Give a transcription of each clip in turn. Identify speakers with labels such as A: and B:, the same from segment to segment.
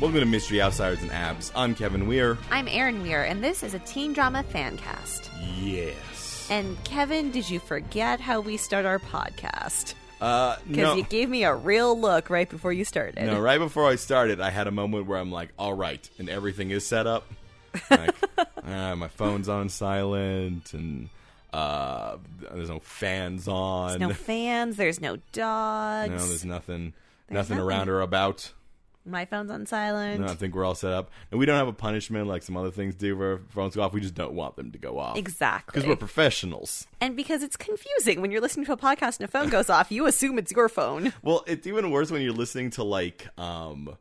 A: Welcome to Mystery Outsiders and Abs. I'm Kevin Weir.
B: I'm Erin Weir, and this is a teen drama fan cast.
A: Yes.
B: And Kevin, did you forget how we start our podcast?
A: Uh,
B: Because
A: no,
B: you gave me a real look right before you started.
A: no. Right before I started, I had a moment where I'm like, "All right," and everything is set up. Like, uh, my phone's on silent, and uh, there's no fans on.
B: No fans. There's no dogs.
A: No, there's nothing, nothing,
B: nothing.
A: around or about.
B: My phone's on silent.
A: No, I think we're all set up, and we don't have a punishment like some other things do where phones go off. We just don't want them to go off
B: Exactly.
A: because we're professionals.
B: and because it's confusing when you're listening to a podcast and a phone goes off, you assume it's your phone.
A: Well, it's even worse when you're listening to like um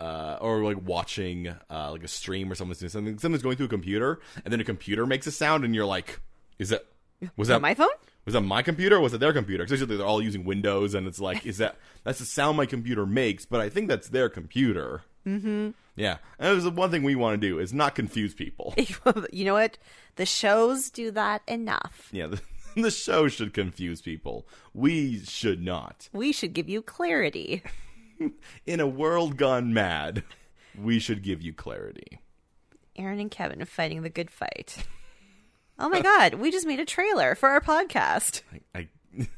A: uh or like watching uh like a stream or someone's doing something someone's going through a computer and then a computer makes a sound and you're like is that was that
B: my phone?
A: was that my computer or was it their computer because they're all using windows and it's like is that that's the sound my computer makes but i think that's their computer mm-hmm yeah and there's the one thing we want to do is not confuse people
B: you know what? The shows do that enough.
A: yeah the, the show should confuse people we should not
B: We should give you clarity.
A: in a world gone mad we should give you clarity
B: Aaron and Kevin fighting the good fight. Oh my god, we just made a trailer for our podcast.
A: I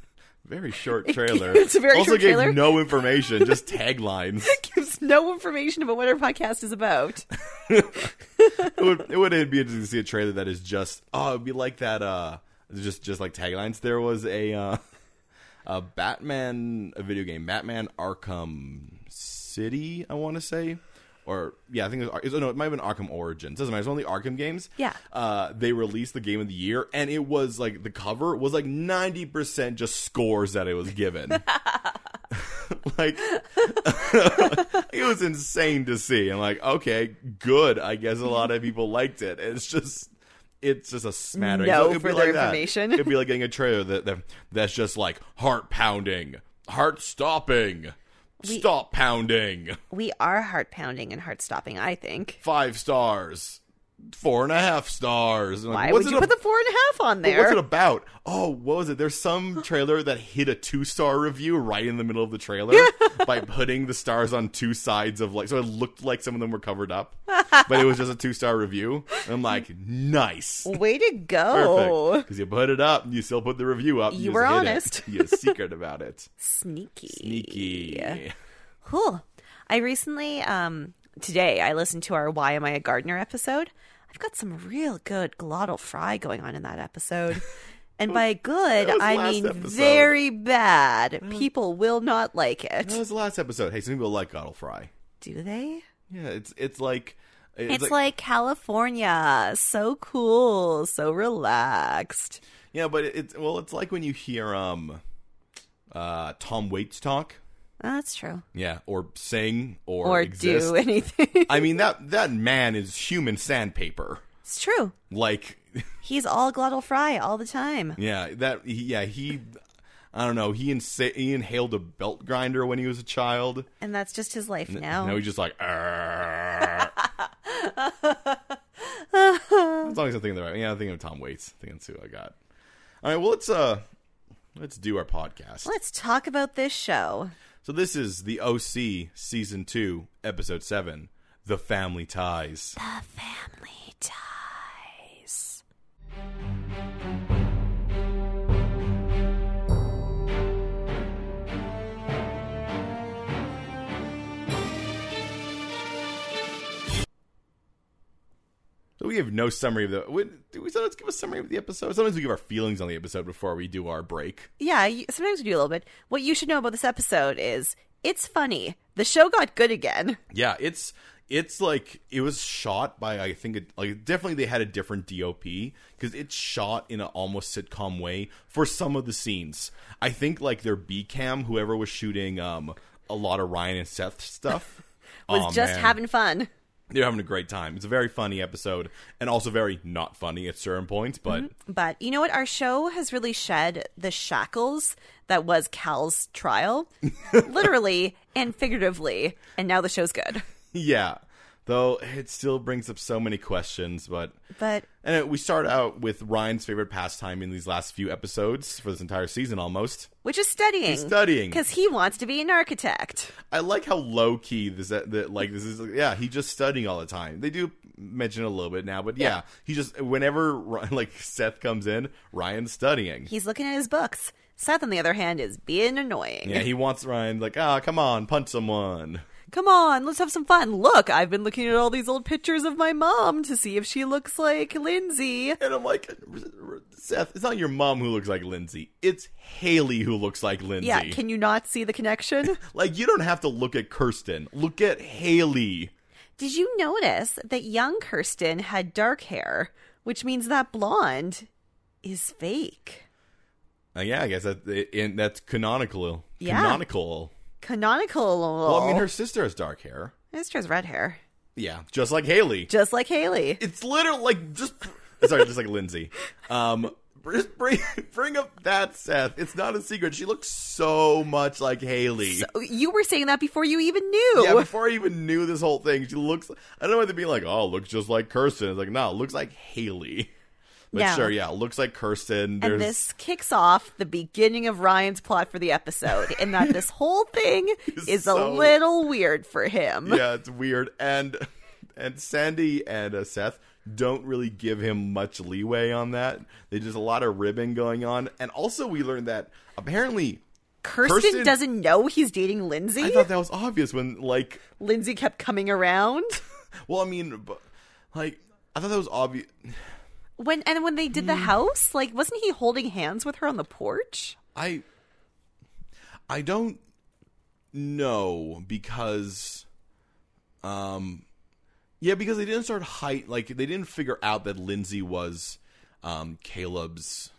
A: very short trailer.
B: It's a very
A: also
B: short
A: gave
B: trailer.
A: no information, just taglines.
B: It gives no information about what our podcast is about.
A: it would it would be interesting to see a trailer that is just oh, it'd be like that. Uh, just just like taglines. There was a uh, a Batman a video game, Batman Arkham City. I want to say. Or yeah, I think it was, Ar- it was- no, it might have been Arkham Origins. Doesn't matter. It's only Arkham games.
B: Yeah.
A: uh, they released the game of the year, and it was like the cover was like ninety percent just scores that it was given. like it was insane to see. I'm like, okay, good. I guess a lot of people liked it. It's just it's just a smattering.
B: No
A: it'd be
B: further
A: that.
B: information.
A: It'd be like getting a trailer that, that that's just like heart pounding, heart stopping, stop pounding,
B: We are heart pounding and heart stopping, I think.
A: five stars, four and a half stars. I'm like,
B: Why
A: what's it
B: would you
A: ab-
B: put the four and a half on
A: but What's
B: there?
A: it about? Oh, what was it? There's some trailer that hit a two star review right in the middle of the trailer by putting the stars on two sides of like, so it looked like some of them were covered up, but it was just a two star review. And I'm like, nice.
B: Way to go.
A: Perfect. Because you put it up, you still put the review up.
B: You
A: just
B: were
A: hid it.
B: honest.
A: You're secret about it.
B: Sneaky.
A: Sneaky.
B: Cool. I recently, um, today, I listened to our Why Am I a Gardener episode. I've got some real good glottal fry going on in that episode. And by good,
A: was last
B: I mean
A: episode. Mm.
B: very bad. People will not like it.
A: That was the last episode. Hey, some people like Godel Fry.
B: Do they?
A: Yeah, it's it's like it's,
B: It's, like, California. So cool. So relaxed.
A: yeah, but it's well, it's like when you hear um, uh, Tom Waits talk.
B: That's true.
A: Yeah, or sing or,
B: Or
A: exist.
B: do anything.
A: I mean that that man is human sandpaper.
B: it's true.
A: Like,
B: He's all glottal fry all the time.
A: yeah, that he- yeah he. I don't know. He, insa- he inhaled a belt grinder when he was a child.
B: And that's just his life now.
A: Now he's just like. "Arr." as long as I'm thinking the right. Yeah, I'm thinking of Tom Waits. I think that's who I got. All right. Well, let's uh, let's do our podcast.
B: Let's talk about this show.
A: So this is the OC season two, episode seven, the family ties.
B: Family ties.
A: So we have no summary of the. We, do we sometimes give a summary of the episode? Sometimes we give our feelings on the episode before we do our break.
B: Yeah, you, sometimes we do a little bit. What you should know about this episode is it's funny. The show got good again.
A: Yeah, it's it's like it was shot by I think it, like definitely they had a different DOP because it's shot in an almost sitcom way for some of the scenes. I think like their B cam, whoever was shooting um a lot of Ryan and Seth stuff,
B: Was
A: Aw,
B: just
A: man.
B: having fun.
A: they're having a great time. It's a very funny episode and also very not funny at certain points, but.
B: Mm-hmm. But you know what? Our show has really shed the shackles that was Cal's trial, literally and figuratively. And now the show's good.
A: Yeah. The- Though it still brings up so many questions, but
B: But
A: and it, we start out with Ryan's favorite pastime in these last few episodes for this entire season almost.
B: which is studying.
A: Studying.
B: Because he wants to be an architect.
A: I like how low key this that, that like this is yeah, he just studying all the time. They do mention it a little bit now, but yeah, he just whenever Ry- like Seth comes in, Ryan's studying.
B: He's looking at his books. Seth, on the other hand, is being annoying.
A: yeah, he wants Ryan like, "Ah, come on, punch someone."
B: Come on, let's have some fun. Look, I've been looking at all these old pictures of my mom to see if she looks like Lindsay.
A: And I'm like, "Seth, it's not your mom who looks like Lindsay. It's Haley who looks like Lindsay."
B: Yeah, can you not see the connection?
A: like you don't have to look at Kirsten. Look at Haley.
B: Did you notice that young Kirsten had dark hair, which means that blonde is fake?
A: Uh, yeah, I guess that and that's canonical.
B: Yeah.
A: Canonical.
B: Canonical.
A: Well, I mean, her sister has dark hair.
B: sister has red hair,
A: Yeah, just like Haley.
B: just like Haley.
A: It's literally like just sorry, just like Lindsay. Um, just bring bring up that Seth. It's not a secret. She looks so much like Haley.
B: So you were saying that before you even knew.
A: yeah, before I even knew this whole thing, she looks. I don't know whether to be like, oh, looks just like Kirsten. It's like, no, looks like Haley. But
B: No.
A: sure, yeah, looks like Kirsten. There's
B: and this kicks off the beginning of Ryan's plot for the episode, in that this whole thing is
A: so-
B: a little weird for him.
A: yeah, it's weird. And and Sandy and uh, Seth don't really give him much leeway on that. There's just a lot of ribbing going on. And also, we learned that apparently,
B: Kirsten,
A: Kirsten-
B: doesn't know he's dating Lindsay.
A: I thought that was obvious when like,
B: Lindsay kept coming around.
A: well, I mean, bu- like, I thought that was obvious.
B: When and when they did
A: Hmm.
B: the house, like wasn't he holding hands with her on the porch?
A: I I don't know because um yeah, because they didn't start height like they didn't figure out that Lindsay was um Caleb's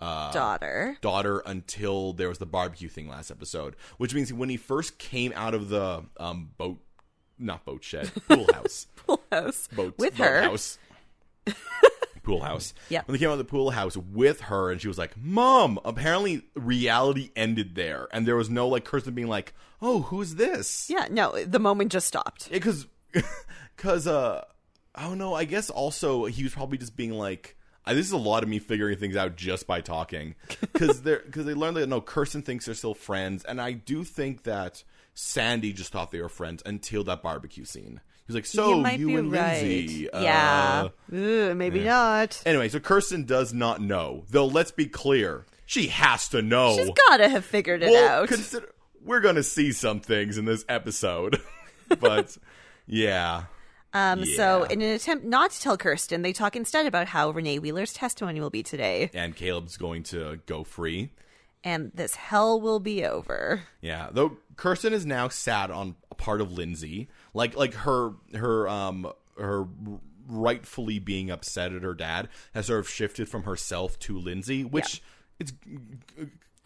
A: Uh,
B: Daughter.
A: daughter until there was the barbecue thing last episode, which means when he first came out of the um boat not boat shed, pool house.
B: Pool house.
A: boat
B: with
A: boat
B: her.
A: house. pool house.
B: Yep.
A: When they came out of the pool house with her, and she was like, "Mom." Apparently, reality ended there, and there was no like Kirsten being like, "Oh, who's this?"
B: Yeah, no, the moment just stopped.
A: because because uh I don't know. I guess also he was probably just being like. I, this is a lot of me figuring things out just by talking, because they because they learned that no Kirsten thinks they're still friends, and I do think that Sandy just thought they were friends until that barbecue scene. He was like, "So
B: you
A: you,
B: might be
A: and
B: right.
A: Lindsay,
B: yeah.
A: uh,
B: Ugh, maybe not.
A: Anyway, so Kirsten does not know. Though let's be clear, she has to know.
B: She's gotta have figured it
A: Oh. Well,
B: out.
A: consider- we're gonna see some things in this episode. but yeah.
B: Um, So,
A: Yeah.
B: in an attempt not to tell Kirsten, they talk instead about how Renee Wheeler's testimony will be today
A: And Caleb's going to go free.
B: and this hell will be over.
A: Yeah. Though Kirsten is now sad on a part of Lindsay. Like like her her um her rightfully being upset at her dad has sort of shifted from herself to Lindsay, which it's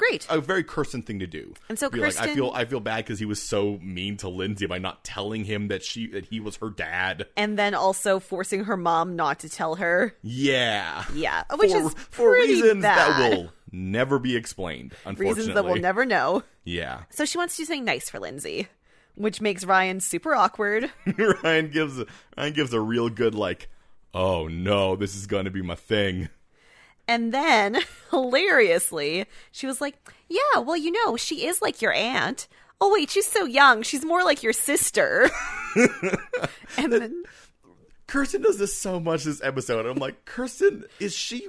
B: Great.
A: a very Kirsten thing to do.
B: And so
A: Be like, I
B: Kirsten-
A: feel I feel bad because he was so mean to Lindsay by not telling him that she that he was her dad.
B: and then also forcing her mom not to tell her.
A: Yeah,
B: Yeah, which
A: for,
B: is
A: for
B: pretty
A: reasons that
B: bad.
A: will never be explained. Unfortunately,
B: Reasons that we'll never know.
A: Yeah,
B: So she wants to do something nice for Lindsay, which makes Ryan super awkward.
A: Ryan gives a- Ryan gives a real good like. Oh no, this is going to be my thing.
B: And then, hilariously, she was like, Yeah, well, you know, she is like your aunt. Oh, wait, she's so young. She's more like your sister. and then,
A: Kirsten does this so much this episode. I'm like, Kirsten, is she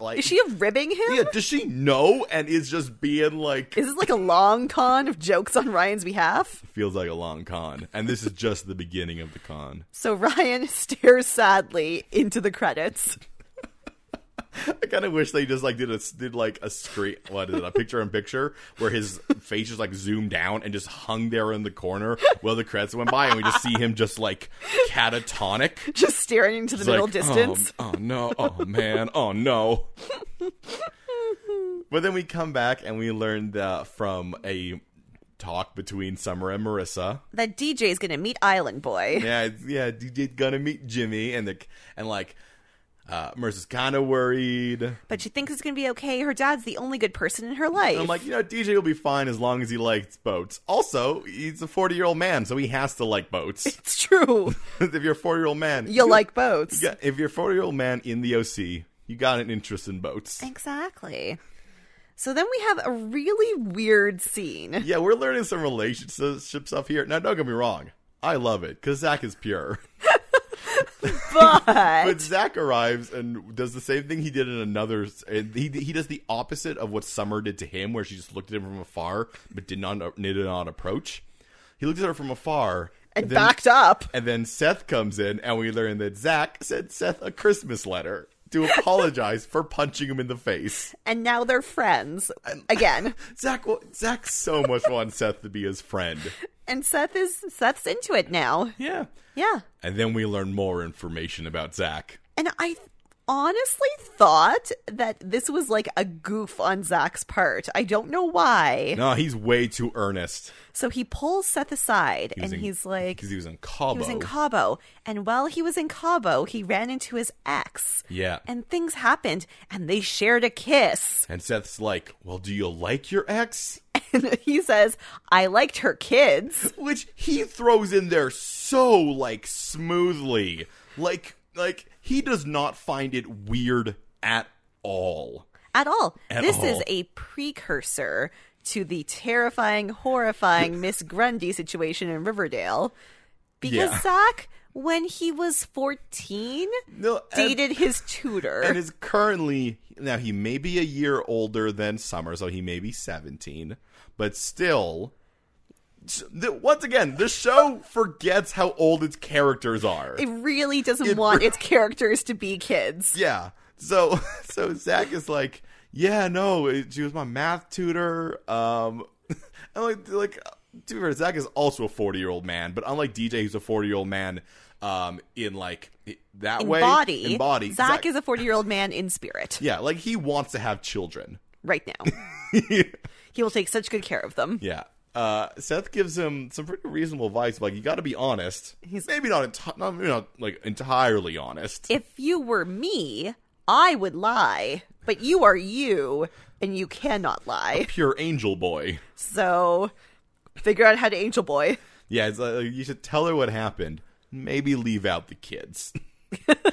A: like?
B: is she ribbing him?
A: yeah, does she know? And is just being like,
B: Is this like a long con of jokes on Ryan's behalf?
A: feels like a long con, and this is just the beginning of the con.
B: So Ryan stares sadly into the credits.
A: I kind of wish they just like did a did like a straight what is it a picture in picture where his face just like zoomed down and just hung there in the corner while the credits went by and we just see him just like catatonic,
B: just staring into the
A: It's
B: middle
A: like,
B: distance.
A: Oh, oh no! Oh man! Oh no! but then we come back and we learn that from a talk between Summer and Marissa.
B: That DJ is going to meet Island Boy.
A: Yeah, it's- yeah, DJ gonna meet Jimmy and the and like Uh, Mercer's kind of worried.
B: But she thinks it's going to be okay. Her dad's the only good person in her life.
A: I'm like, you know, DJ will be fine as long as he likes boats. Also, he's a 40 year old man, so he has to like boats.
B: it's true.
A: if you're a 40 year old man,
B: You like boats.
A: yeah, if you're a 40 year old man in the OC, you got an interest in boats.
B: Exactly. So then we have a really weird scene.
A: Yeah, we're learning some relationship stuff here. Now, don't get me wrong, I love it because Zach is pure.
B: But
A: But Zach arrives and does the same thing he did in another. and He he does the opposite of what Summer did to him, where she just looked at him from afar but did not did not approach. He looked at her from afar
B: and
A: then-
B: backed up.
A: And then Seth comes in, and we learn that Zach sent Seth a Christmas letter to apologize for punching him in the face.
B: And now they're friends again.
A: Zach, wa- Zach so much wants Seth to be his friend.
B: And Seth is Seth's into it now.
A: Yeah.
B: Yeah.
A: And then we learn more information about Zach.
B: And I honestly thought that this was like a goof on Zach's part. I don't know why.
A: No, he's way too earnest.
B: So he pulls Seth aside and he's like,
A: because he was in Cabo.
B: he was in Cabo. And while he was in Cabo, he ran into his ex.
A: Yeah.
B: And things happened and they shared a kiss.
A: And Seth's like, "Well, do you like your ex?"
B: And he says, I liked her kids.
A: Which he throws in there so like smoothly. Like like he does not find it weird at all.
B: At all.
A: At
B: this is
A: all.
B: a precursor to the terrifying, horrifying Miss Grundy situation in Riverdale. Because
A: Yeah.
B: Zach, when he was 14,
A: No, and-
B: dated his tutor.
A: and is currently now he may be a year older than Summer, so he may be seventeen, but still. s- th- Once again, the show forgets how old its characters are.
B: it really doesn't want its characters to be kids.
A: Yeah. So so Zach is like, yeah, no, it- she was my math tutor. Um, I'm like, like to be fair, Zach is also a 40 year old man, but unlike DJ, who's a 40 year old man, um, in like i- that
B: In
A: way,
B: body,
A: in body,
B: Zach, is a 40 year old man in spirit
A: yeah, like he wants to have children.
B: right now. he will take such good care of them.
A: Yeah. Uh, Seth gives him some pretty reasonable advice. Like you got to be honest.
B: He's-
A: maybe not, enti- not maybe not like entirely honest.
B: If you were me, I would lie, but you are you, and you cannot lie.
A: Pure angel boy.
B: So figure out how to angel boy.
A: Yeah, it's like you should tell her what happened. Maybe leave out the kids.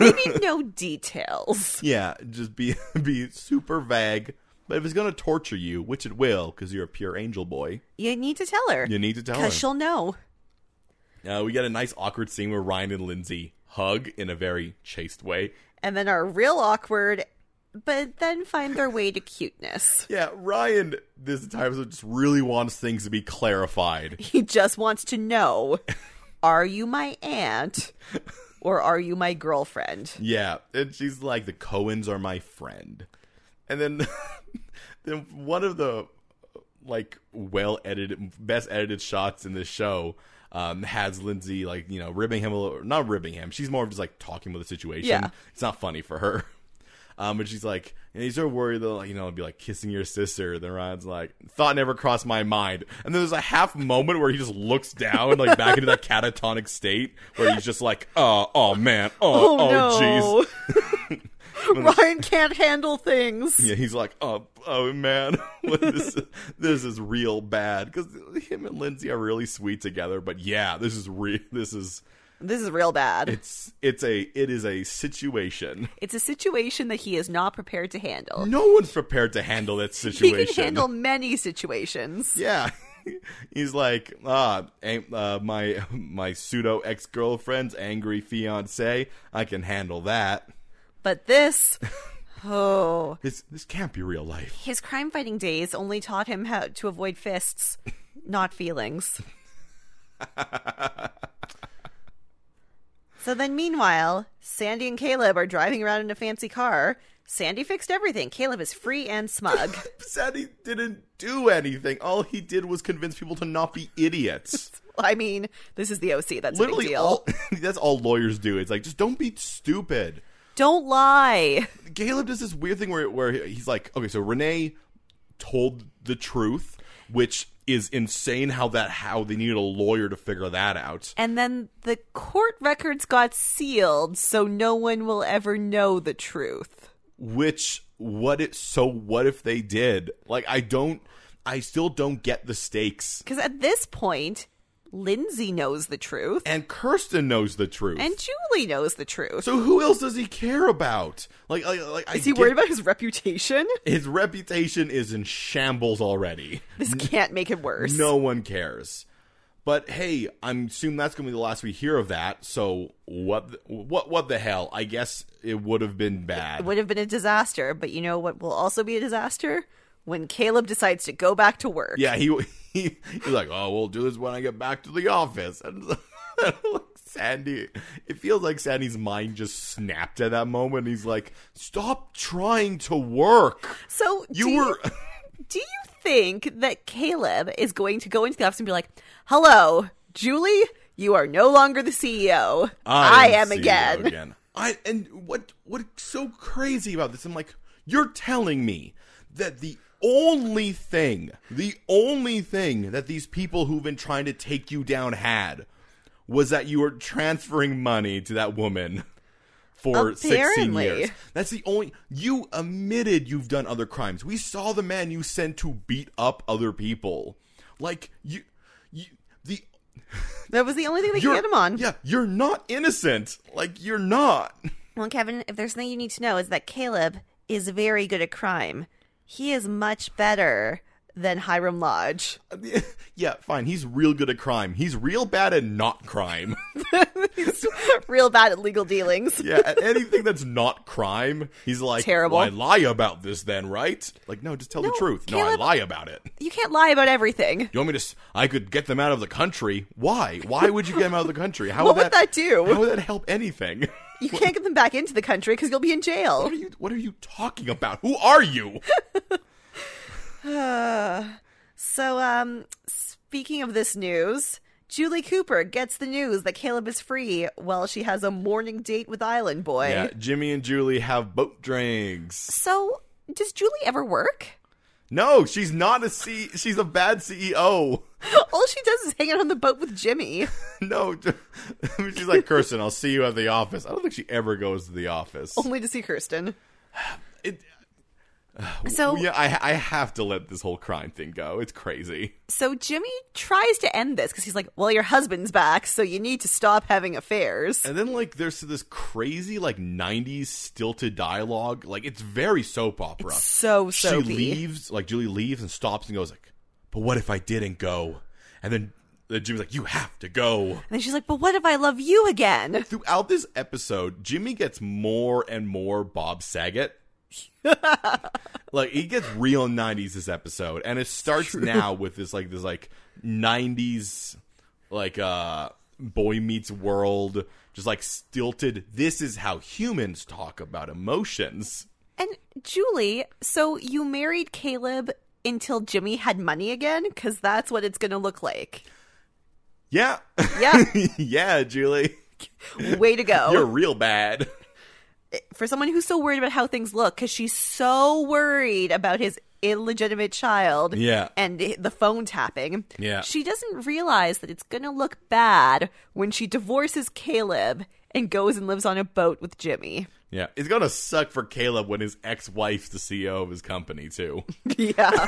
B: Maybe no details.
A: yeah, just be be super vague. But if it's gonna torture you, which it will, because you're a pure angel boy,
B: You need to tell her.
A: you need to tell
B: Because
A: her.
B: she'll know.
A: Uh, we get a nice awkward scene where Ryan and Lindsay hug in a very chaste way.
B: And then are real awkward, but then find their way to cuteness.
A: Yeah, Ryan this entire episode just really wants things to be clarified.
B: He just wants to know are you my aunt or are you my girlfriend?
A: Yeah, and she's like, "The Cohens are my friend," and then then one of the like well edited, best edited shots in this show um, has Lindsay like you know ribbing him a little, not ribbing him. She's more of just like talking about the situation.
B: Yeah.
A: it's not funny for her. Um, but she's like, and he's sort of worried that, like, you know, it'd be like kissing your sister. Then Ryan's like, thought never crossed my mind. And then there's a half moment where he just looks down, like back into that catatonic state where he's just like, oh, oh man, oh, oh, jeez.
B: no. Ryan can't handle things.
A: Yeah, he's like, oh, oh man, what this, this is real bad because him and Lindsay are really sweet together. But yeah, this is real. This is
B: This is real bad.
A: it's it's a it is a situation.
B: It's a situation that he is not prepared to handle.
A: No one's prepared to handle that
B: He
A: situation.
B: can handle many situations.
A: yeah. He's like, ah, ain't, uh, my my pseudo ex girlfriend's angry fiance. I can handle that.
B: But this, oh,
A: This this can't be real life.
B: his crime fighting days only taught him how to avoid fists, not feelings. so then, meanwhile, Sandy and Caleb are driving around in a fancy car. Sandy fixed everything. Caleb is free and smug.
A: Sadie didn't do anything. All he did was convince people to not be idiots.
B: I mean, this is the OC. That's a big
A: literally
B: deal.
A: all that's all lawyers do. It's like just don't be stupid.
B: Don't lie.
A: Caleb does this weird thing where where he's like, okay, so Renee told the truth, which is insane how that how they needed a lawyer to figure that out.
B: And then the court records got sealed, so no one will ever know the truth.
A: Which what it so what if they did? Like I don't I still don't get the stakes.
B: Because at this point, Lindsay knows the truth,
A: And Kirsten knows the truth.
B: and Julie knows the truth.
A: so who else does he care about? Like like, like
B: Is he worried about his reputation?
A: his reputation is in shambles already.
B: This can't make it worse.
A: No one cares. But hey, I'm assuming that's going to be the last we hear of that. So what? The, what? What the hell? I guess it would have been bad.
B: It would have been a disaster, but you know what will also be a disaster? When Caleb decides to go back to work.
A: yeah, he, he he's like, oh, we'll do this when I get back to the office. And Sandy, it feels like Sandy's mind just snapped at that moment. He's like, stop trying to work.
B: So do
A: You were.
B: do you think that Caleb is going to go into the office and be like, "Hello, Julie, you are no longer the CEO. I, am
A: CEO
B: again."
A: I and what what's so crazy about this? I'm like, you're telling me that the only thing, the only thing that these people who've been trying to take you down had was that you were transferring money to that woman for 16
B: Apparently.
A: years. That's the only you admitted you've done other crimes. We saw the man you sent to beat up other people. Like you you the
B: That was the only thing they could
A: you're-
B: get him on.
A: Yeah, you're not innocent. Like you're not.
B: Well, Kevin, if there's something you need to know is that Caleb is very good at crime. He is much better than Hiram Lodge.
A: yeah, fine. He's real good at crime. He's real bad at not crime.
B: He's real bad at legal dealings.
A: yeah, at anything that's not crime, he's like
B: Terrible.
A: "Well, I lie about this then, right? Like, no, just tell
B: No,
A: the truth. No, I
B: Caleb-
A: lie about it.
B: You can't lie about everything.
A: You want me to? s- I could get them out of the country. Why? Why would you get them out of the country? How
B: What
A: would
B: would that do?
A: How would that help anything?
B: You can't get them back into the country because you'll be in jail.
A: What are you? What are you talking about? Who are you?
B: So, um, speaking of this news, Julie Cooper gets the news that Caleb is free while she has a morning date with Island Boy.
A: yeah, Jimmy and Julie have boat drinks.
B: So, does Julie ever work?
A: No, she's not a C. E She's a bad CEO.
B: All she does is hang out on the boat with Jimmy.
A: No, j- she's like Kirsten. I'll see you at the office. I don't think she ever goes to the office.
B: only to see Kirsten.
A: It- oh,
B: So
A: yeah, I I have to let this whole crime thing go. It's crazy.
B: so Jimmy tries to end this because he's like, "Well, your husband's back, so you need to stop having affairs."
A: And then like there's this crazy like '90s stilted dialogue. Like it's very soap opera.
B: So
A: she
B: soapy.
A: leaves. Like Julie leaves and stops and goes like, "But what if I didn't go?" And then, then Jimmy's like, "You have to go."
B: And then she's like, "But what if I love you again?"
A: Throughout this episode, Jimmy gets more and more Bob Saget. like he gets real '90s this episode, and it starts now with this like this like '90s like uh boy meets world, just like stilted. This is how humans talk about emotions.
B: And Julie, so you married Caleb until Jimmy had money again cuz that's what it's going to look like.
A: Yeah,
B: Yeah,
A: yeah, Julie,
B: way to go.
A: you're real bad.
B: For someone who's so worried about how things look cuz she's so worried about his illegitimate child.
A: Yeah.
B: And the phone tapping.
A: Yeah.
B: She doesn't realize that it's going to look bad when she divorces Caleb and goes and lives on a boat with Jimmy.
A: Yeah, it's gonna suck for Caleb when his ex-wife's the CEO of his company too.
B: yeah.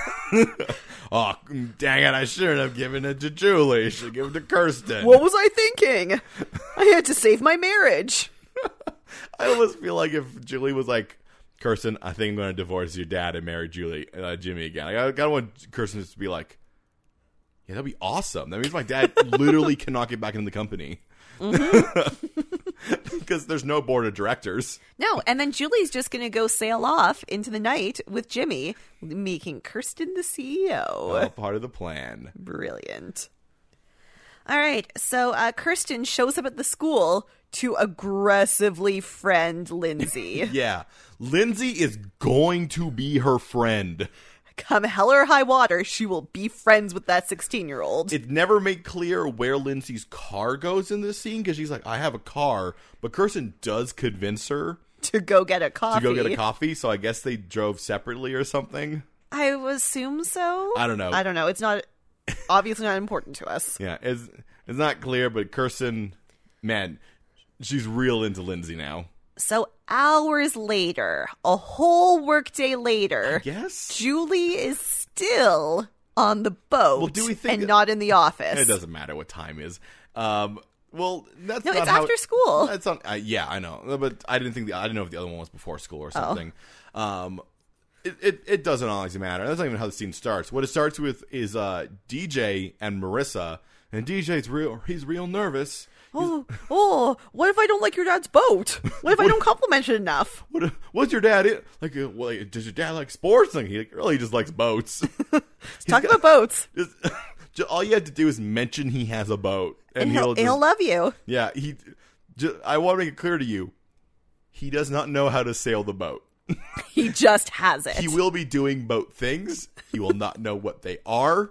A: Oh, dang it, I shouldn't have given it to Julie. Should have given it to Kirsten.
B: What was I thinking? I had to save my marriage.
A: I almost feel like if Julie was like, Kirsten, I think I'm going to divorce your dad and marry Julie, uh, Jimmy again. Like, I kind of want Kirsten just to be like, yeah, that'd be awesome. That means my dad literally cannot get back into the company. Because there's no board of directors.
B: No, and then Julie's just going to go sail off into the night with Jimmy, making Kirsten the E CEO.
A: All part of the plan.
B: Brilliant. All right, so uh, Kirsten shows up at the school to aggressively friend Lindsay.
A: Yeah. Lindsay is going to be her friend.
B: Come hell or high water, she will be friends with that 16 year old.
A: It never made clear where Lindsay's car goes in this scene because she's like, I have a car, but Kirsten does convince her
B: To go get a coffee.
A: to go get a coffee, so I guess they drove separately or something.
B: I assume so.
A: I don't know.
B: I don't know. It's not obviously not important to us.
A: Yeah, it's it's not clear, but Kirsten, man, she's real into Lindsay now.
B: So hours later, a whole workday later,
A: Yes,
B: Julie is still on the boat
A: Well, do we think-
B: and not in the office.
A: it doesn't matter what time is. Um, well, that's
B: No,
A: not
B: it's
A: how
B: after
A: it-
B: school.
A: That's on. Uh, yeah, I know, but I didn't think the, I didn't know if the other one was before school
B: Oh.
A: or something. Um, it, it it doesn't always matter. That's not even how the scene starts. What it starts with is uh DJ and Marissa, and DJ's real. He's real nervous.
B: Oh, oh, what if I don't like your dad's boat? What if I don't compliment it enough?
A: What what's your dad in? like? uh, well, like, does your dad like sports? Like, he like, really just likes boats.
B: Talk about boats.
A: Just, ju- all you have to do is mention he has a boat, and,
B: And
A: he'll,
B: he'll,
A: just,
B: he'll love you.
A: yeah. He, ju- I want to make it clear to you, he does not know how to sail the boat.
B: He just has it.
A: He will be doing boat things. He will not know what they are.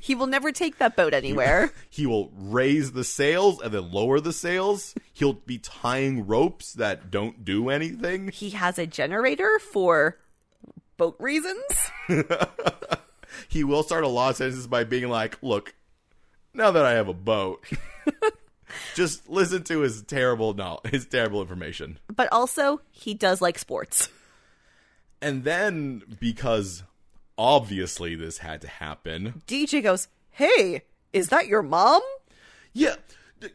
B: He will never take that boat anywhere.
A: He will raise the sails and then lower the sails. He'll be tying ropes that don't do anything.
B: he has a generator for boat reasons.
A: He will start a law sentence by being like, "Look, now that I have a boat, just listen to his terrible no, his terrible information."
B: But also, he does like sports.
A: And then, because obviously this had to happen,
B: DJ goes, Hey, is that your mom?
A: yeah, d-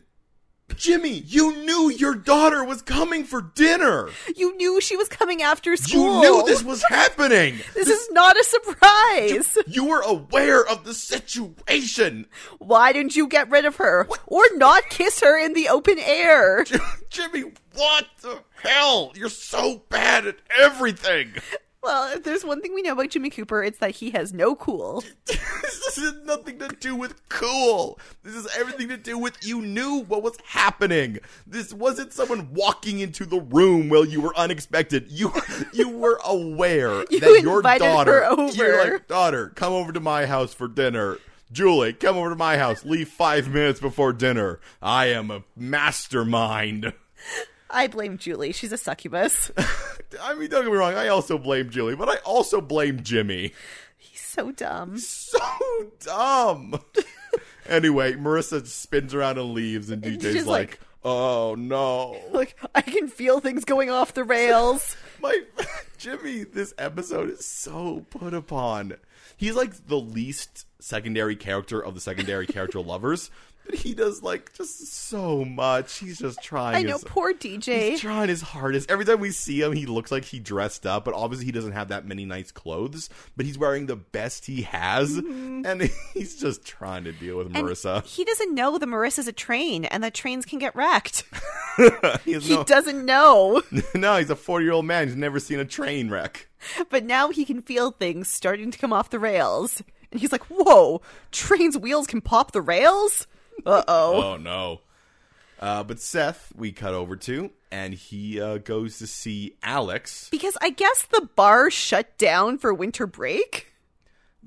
A: Jimmy, you knew your daughter was coming for dinner.
B: You knew she was coming after
A: You
B: school.
A: knew this was happening.
B: This is not a surprise.
A: You were aware of the situation.
B: Why didn't you get rid of her? Or not kiss her in the open air?
A: Jimmy, what the hell? You're so bad at everything.
B: Well, if there's one thing we know about Jimmy Cooper, it's that he has no cool.
A: this has nothing to do with cool. This is everything to do with you knew what was happening. This wasn't someone walking into the room while you were unexpected. You you were aware
B: You
A: that your
B: invited
A: daughter
B: her over.
A: You're like, daughter, come over to my house for dinner. Julie, come over to my house. Leave five minutes before dinner. I am a mastermind.
B: I blame Julie. She's a succubus.
A: I mean, don't get me wrong. I also blame Julie, but I also blame Jimmy.
B: He's so dumb.
A: so dumb. anyway, Marissa spins around and leaves, and DJ's
B: she's
A: like,
B: like-
A: "Oh no,
B: Look, I can feel things going off the rails.
A: my Jimmy! This episode is so put upon. He's like the least secondary character of the secondary character lovers, but he does like just so much. He's just trying.
B: I know,
A: his-
B: poor DJ.
A: He's trying his hardest. Every time we see him, he looks like he dressed up, but obviously he doesn't have that many nice clothes. But he's wearing the best he has, and he's just trying to deal with
B: Mm-hmm. And
A: Marissa.
B: He doesn't know the Marissa's a train and that trains can get wrecked.
A: He has
B: He
A: no,
B: doesn't know.
A: no, he's a forty-year-old man. He's never seen a train wreck.
B: But now he can feel things starting to come off the rails. And he's like, whoa, trains' wheels can pop the rails? Uh oh.
A: Oh no! Uh, but Seth, we cut over to, and he uh, goes to see Alex.
B: Because I guess the bar shut down for winter break.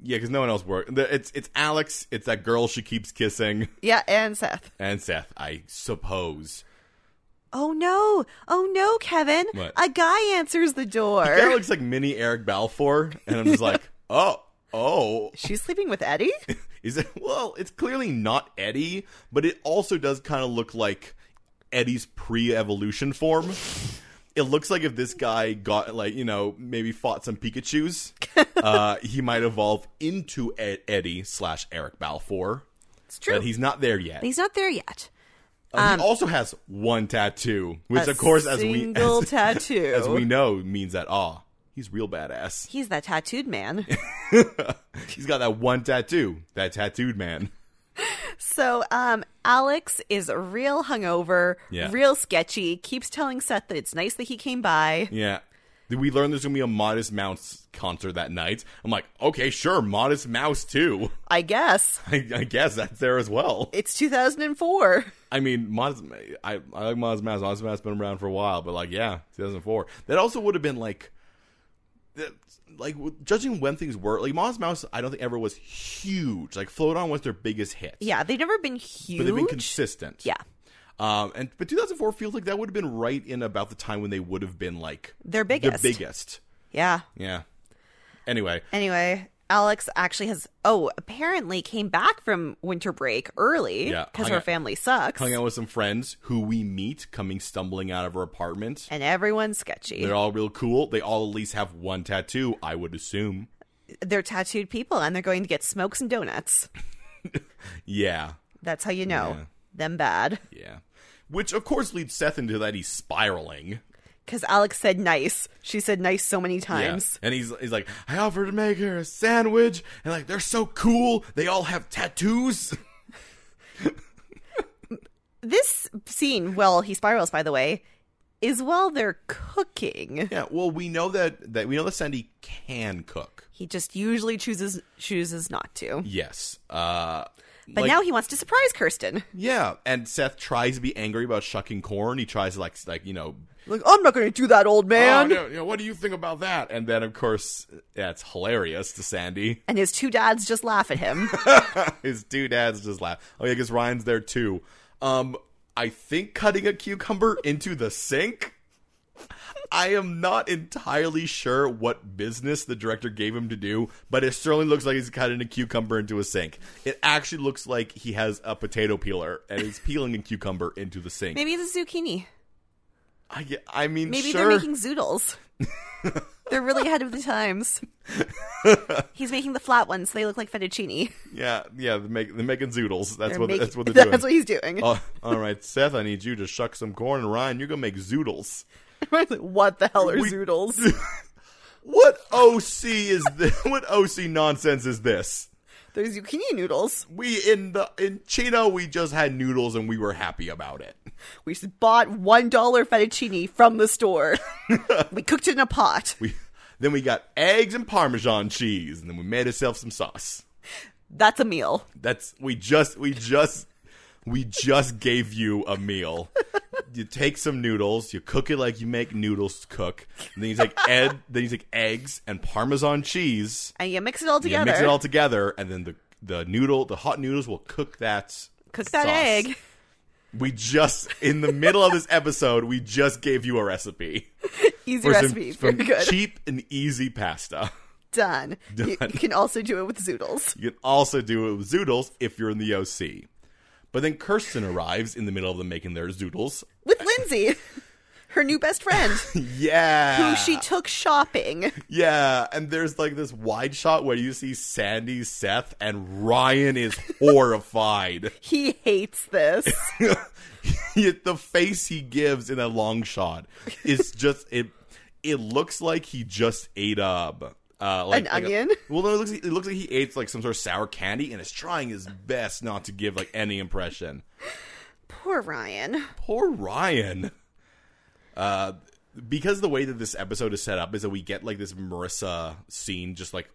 A: Yeah, because no one else works. It's it's Alex. It's that girl she keeps kissing,
B: Yeah, and Seth.
A: and Seth, I suppose.
B: Oh no. Oh no, Kevin.
A: What?
B: A guy answers the
A: That
B: door.
A: looks like mini Eric Balfour, and I'm just like, oh, oh,
B: She's sleeping with Eddie?
A: is it? Well, it's clearly not Eddie, but it also does kind of look like Eddie's pre-evolution form. It looks like if this guy got like you know maybe fought some Pikachu's, uh, he might evolve into Ed- Eddie slash Eric Balfour,
B: It's
A: but he's not there yet.
B: He's not there yet.
A: Uh, he also has one tattoo, which of course, as we
B: single
A: as,
B: tattoo.
A: as we know, means that ah, he's real badass.
B: He's that tattooed man.
A: He's got that one tattoo, that tattooed man.
B: So, um, Alex is real hungover,
A: Yeah.
B: real sketchy, keeps telling Seth that it's nice that he came by.
A: Yeah. We learned there's going to be a Modest Mouse concert that night. I'm like, okay, sure, Modest Mouse too.
B: I guess.
A: I, I guess that's there as well.
B: It's 2004.
A: I mean, Modest, I, I like Modest Mouse. Modest Mouse has been around for a while, but like, yeah, 2004. That also would have been like, that- like w- judging when things were, like Modest Mouse, I don't think ever was huge. Like Float On was their biggest hit,
B: Yeah, they've never been huge.
A: but they've been consistent.
B: yeah.
A: Um, and but 2004 feels like that would have been right in about the time when they would have been like
B: Their
A: the
B: biggest.
A: biggest.
B: Yeah.
A: Yeah. Anyway,
B: Anyway, Alex actually has, oh, apparently came back from winter break early
A: Yeah,
B: because
A: hung
B: her
A: out-
B: family sucks.
A: Hung out with some friends who we meet coming stumbling out of her apartment.
B: And everyone's sketchy.
A: They're
B: They're,
A: all real cool. They all at least have one tattoo, I would assume.
B: tattooed people and they're going to get smokes and donuts.
A: Yeah.
B: That's how you know
A: Yeah.
B: them bad.
A: Yeah. Which, of course, leads Seth into that he's spiraling.
B: Because Alex said nice. She said nice so many
A: Yeah.
B: times.
A: And he's he's like, I offered to make her a sandwich, and like they're so cool. They all have tattoos.
B: This scene, well, he spirals, by the way, is while they're cooking.
A: Yeah. Well, we know that that we know that Sandy can cook.
B: He just usually chooses chooses not to.
A: Yes. Uh.
B: But now he wants to surprise Kirsten.
A: yeah, and Seth tries to be angry about shucking corn. He tries to like, s- like you know,
B: Like, I'm not going to do that, old
A: oh,
B: man.
A: no, you know, what do you think about that? And then, of course, that's hilarious to Sandy.
B: And his two dads just laugh at him.
A: His two dads just laugh. Oh yeah, because Ryan's there too. Um, I think cutting a cucumber into the sink. I am not entirely sure what business the director gave him to do, but it certainly looks like he's cutting a cucumber into a sink. It actually looks like he has a potato peeler and is peeling a cucumber into the sink.
B: Maybe it's a zucchini.
A: I, I mean,
B: Maybe
A: sure.
B: they're making zoodles. they're really ahead of the times. He's making the flat ones. So they look like fettuccine.
A: yeah, yeah, they're, make, they're making zoodles. That's
B: They're
A: what
B: making-
A: that's what they're doing.
B: That's what he's doing.
A: Oh, all right, Seth, I need you to shuck some corn, and Ryan, you're gonna make zoodles.
B: Like, what the hell are
A: We-
B: zoodles?
A: What OC is this? what OC nonsense is this?
B: they're zucchini noodles.
A: We in the in Chino, we just had noodles and we were happy about it.
B: We just bought one dollar fettuccine from the store. we cooked it in a pot.
A: We then we got eggs and Parmesan cheese, and then we made ourselves some sauce.
B: That's a meal.
A: That's we just we just we just gave you a meal. You take some noodles, you cook it like you make noodles cook. And then you take ed, then you take eggs and Parmesan cheese.
B: And you mix it all
A: You
B: together.
A: mix it all together, and then the the noodle, the hot noodles will cook that.
B: cook that
A: sauce.
B: egg.
A: We just in the middle of this episode, we just gave you a recipe
B: Easy
A: for
B: recipe.
A: some,
B: Very
A: some
B: good.
A: cheap and easy pasta.
B: Done. You,
A: Done.
B: you can also do it with zoodles.
A: You can also do it with zoodles if you're in the OC. But then Kirsten arrives in the middle of them making their zoodles.
B: With Lindsay, her new best friend,
A: Yeah,
B: who she took shopping.
A: yeah, and there's like this wide shot where you see Sandy, Seth, and Ryan is horrified.
B: He hates this.
A: Yet the face he gives in that long shot is just it. It looks like he just ate up uh, like,
B: An
A: like a-
B: onion?
A: well, no, it looks, it looks like he ate like some sort of sour candy and is trying his best not to give like any impression.
B: Poor Ryan.
A: Poor Ryan. Uh, because the way that this episode is set up is that we get like this Marissa scene just like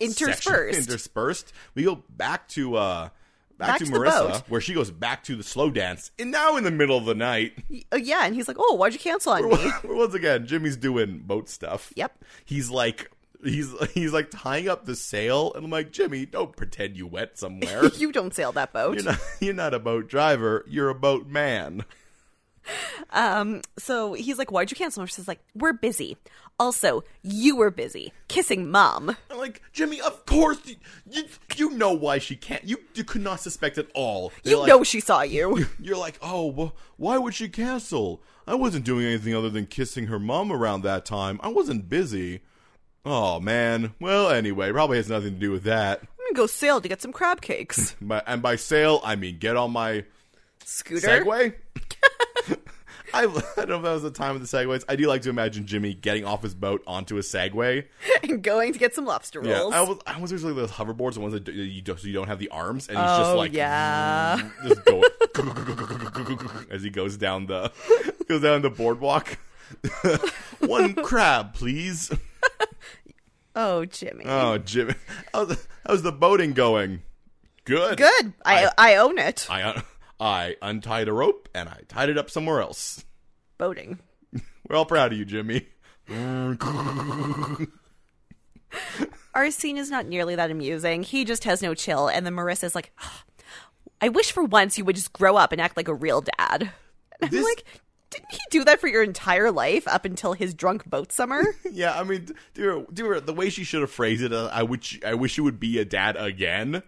A: section-
B: Interspersed.
A: interspersed. We go back to uh back,
B: Back
A: to,
B: to the
A: Marissa
B: boat.
A: where she goes back to the slow dance and now in the middle of the night.
B: Oh, yeah, and he's like, "Oh, why'd you cancel on me?"
A: Well, Once again, Jimmy's doing boat stuff.
B: Yep.
A: He's like he's he's like tying up the sail, and I'm like, Jimmy, don't pretend you wet somewhere.
B: you don't sail that boat.
A: you're not you're not a boat driver. You're a boat man.
B: Um, so he's like, "Why'd you cancel?" And she's like, "We're busy." Also, you were busy kissing mom.
A: I'm like Jimmy, of course you, you, you know why she can't. You you could not suspect at all. They're
B: You
A: like,
B: know she saw you.
A: You're like, oh, well, why would she cancel? I wasn't doing anything other than kissing her mom around that time. I wasn't busy. Oh man. Well, anyway, probably has nothing to do with that.
B: I'm gonna go sail to get some crab cakes.
A: My, and by sail, I mean get on my
B: Scooter.
A: Segway. I, I don't know if that was the time of the Segways. I do like to imagine Jimmy getting off his boat onto a Segway.
B: and going to get some lobster rolls.
A: I was I was usually like those hoverboards, the ones that do- you don't, so you don't have the arms, and he's just
B: oh
A: like mm.
B: yeah.
A: just go as he goes down the goes down the boardwalk. One crab, please.
B: Oh Jimmy.
A: Oh, Jimmy, how's, how's the boating going? Good.
B: Good. I, I own it.
A: I un- I untied a rope and I tied it up somewhere else.
B: Boating.
A: We're all proud of you, Jimmy.
B: Our scene is not nearly that amusing. He just has no chill, and then Marissa's like, "Ah, "I wish for once you would just grow up and act like a real dad." And I'm
A: This-
B: like, didn't he do that for your entire life up until his drunk boat summer?
A: Yeah, I mean, dear, dear, the way she should have phrased it, uh, I wish, I wish it would be a dad again,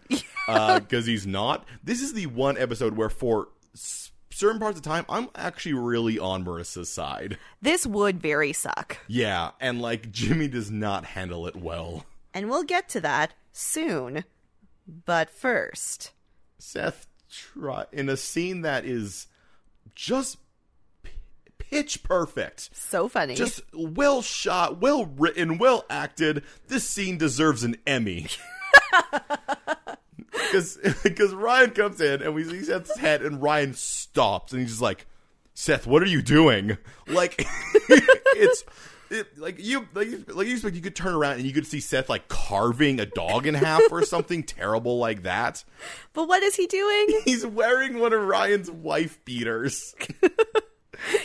A: because he's not. This is the one episode where, for s- certain parts of time, I'm actually really on Marissa's side.
B: this would very suck.
A: Yeah, and like Jimmy does not handle it well.
B: And we'll get to that soon. But first,
A: Seth try in a scene that is just p- pitch perfect.
B: so funny.
A: Just well shot, well written, well acted. This scene deserves an Emmy. Because Ryan comes in and we see Seth's head, and Ryan stops and he's just like, Seth, what are you doing? Like, it's. It, like you, like you, like you expect you could turn around and you could see Seth like carving a dog in half or something terrible like that.
B: but what is he doing?
A: He's wearing one of Ryan's wife beaters.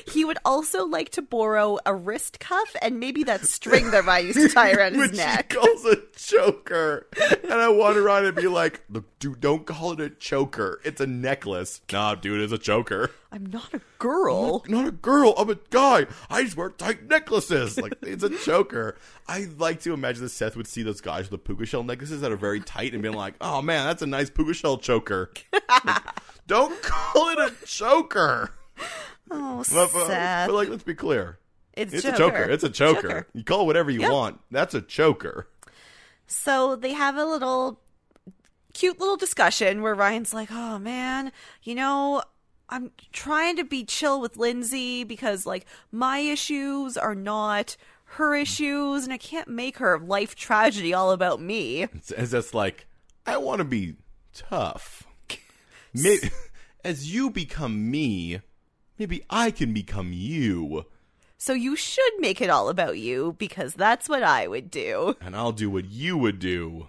B: he would also like to borrow a wrist cuff and maybe that string that Ryan used to tie around his
A: which
B: neck.
A: he calls a choker. and I wanted Ryan to be like, Look, dude, don't call it a choker. It's a necklace. Nah, dude, it's a choker.
B: I'm not a girl.
A: Not a girl, I'm a guy. I just wear tight necklaces. Like, it's a choker. I like to imagine that Seth would see those guys with the puka shell necklaces that are very tight and being like, Oh man, that's a nice puka shell choker. Like, don't call it a choker.
B: Oh,
A: But, but-
B: Seth.
A: but, like, let's be clear.
B: it's,
A: It's a choker. It's a choker. You call it whatever you
B: Yeah.
A: want. That's a choker.
B: So they have a little cute little discussion where Ryan's like, "Oh man, you know, I'm trying to be chill with Lindsay because like my issues are not her issues and I can't make her life tragedy all about me."
A: as that's like I want to be tough. Maybe, as you become me, maybe I can become you,
B: So you should make it all about you because that's what I would do.
A: and I'll do what you would do,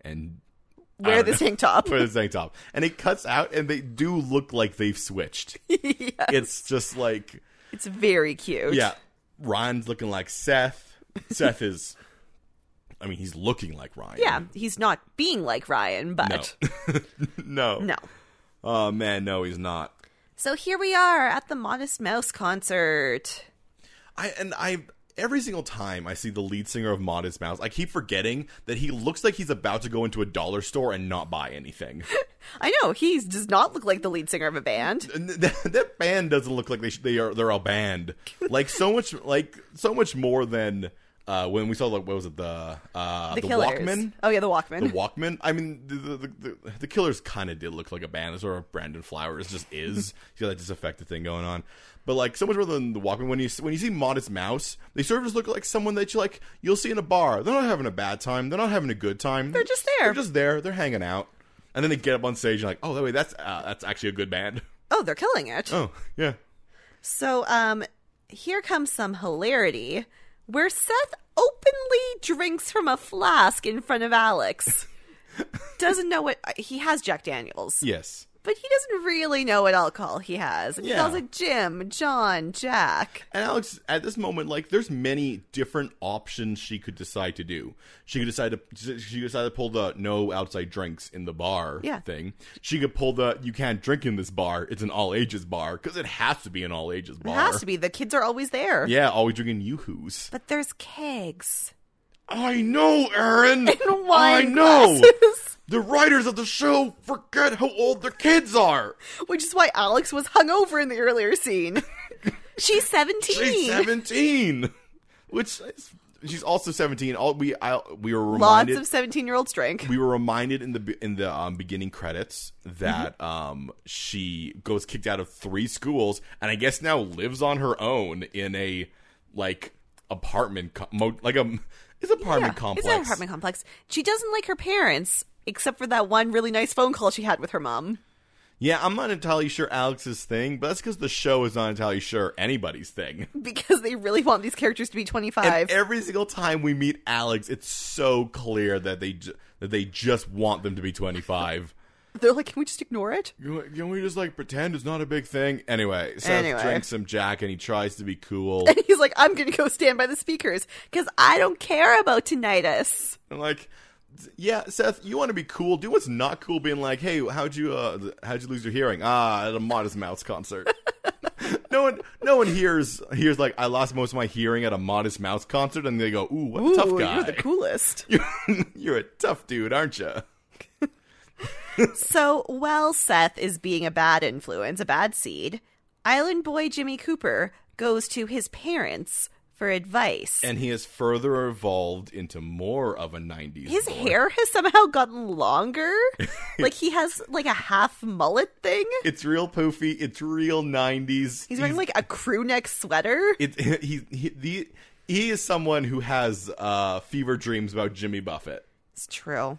A: and
B: Wear
A: don't
B: this tank top.
A: put it the tank top. And it cuts out, and they do look like they've switched. It's just like
B: It's very cute.
A: yeah, Ryan's looking like Seth. Seth is, I mean, he's looking like Ryan.
B: Yeah, he's not being like Ryan, but
A: no,
B: no.
A: Oh man, no, he's not.
B: So here we are at the Modest Mouse concert.
A: I and I every single time I see the lead singer of Modest Mouse, I keep forgetting that he looks like he's about to go into a dollar store and not buy anything.
B: I know he does not look like the lead singer of a band.
A: And th- that, that band doesn't look like they should, they are they're a band. Like so much like so much more than uh, when we saw like what was it the uh, the,
B: Killers.
A: Walkman.
B: Oh yeah, the Walkman.
A: The Walkman. I mean, the the, the, the Killers kind of did look like a band. That's where Brandon Flowers just is. you got that disaffected thing going on. But like so much more than the Walkman. When you when you see Modest Mouse, they sort of just look like someone that you like. You'll see in a bar. They're not having a bad time. They're not having a good time. They're
B: just there.
A: They're just there. They're hanging out. And then they get up on stage and like, oh, that way that's uh, that's actually a good band.
B: oh, they're killing it.
A: Oh yeah.
B: So um, here comes some hilarity, where Seth openly drinks from a flask in front of Alex. doesn't know what uh, he has Jack Daniels,
A: Yes.
B: but he doesn't really know what alcohol he has. And He
A: Yeah.
B: calls it Jim, John, Jack.
A: And Alex, at this moment, like, there's many different options she could decide to do. She could decide to she could decide to pull the no outside drinks in the bar
B: Yeah.
A: thing. She could pull the you can't drink in this bar. It's an all ages bar because it has to be an all ages
B: It
A: bar.
B: has to be. The kids are always there.
A: Yeah, always drinking yoo-hoos.
B: But there's kegs.
A: I know, Aaron.
B: and
A: I
B: wine
A: know.
B: glasses.
A: The writers of the show forget how old their kids are.
B: which is why Alex was hungover in the earlier scene. She's 17.
A: She's seventeen, which is- she's also seventeen. All we I, we were
B: Lots
A: reminded
B: of 17 year olds drink.
A: we were reminded in the in the um, beginning credits that
B: Mm-hmm.
A: um, she goes kicked out of three schools and I guess now lives on her own in a like apartment co- mo- like a it's apartment complex.
B: It's an apartment complex. She doesn't like her parents, except for that one really nice phone call she had with her mom.
A: Yeah, I'm not entirely sure Alex's thing, but that's because the show is not entirely sure anybody's thing.
B: Because they really want these characters to be 25.
A: And every single time we meet Alex, it's so clear that they ju- that they just want them to be 25.
B: They're like, can we just ignore it?
A: Can can we just like pretend it's not a big thing? Anyway, Seth
B: Anyway.
A: drinks some Jack and he tries to be cool.
B: And he's like, I'm going to go stand by the speakers because I don't care about tinnitus.
A: and like, yeah, Seth, you want to be cool? Do what's not cool, being like, hey, how'd you uh, how'd you lose your hearing? Ah, at a Modest Mouse concert. no one, no one hears hears like I lost most of my hearing at a Modest Mouse concert, and they go, "Ooh, what a
B: Ooh,
A: tough
B: you're the
A: guy!
B: coolest.
A: You're, you're a tough dude, aren't you?"
B: So while Seth is being a bad influence, a bad seed, Island Boy Jimmy Cooper goes to his parents for advice.
A: And he has further evolved into more of a '90s.
B: his
A: boy.
B: hair has somehow gotten longer. like he has like a half mullet thing.
A: It's real poofy. It's real '90s.
B: He's wearing like a crew neck sweater.
A: it, he, he the he is someone who has uh, fever dreams about Jimmy Buffett.
B: It's true.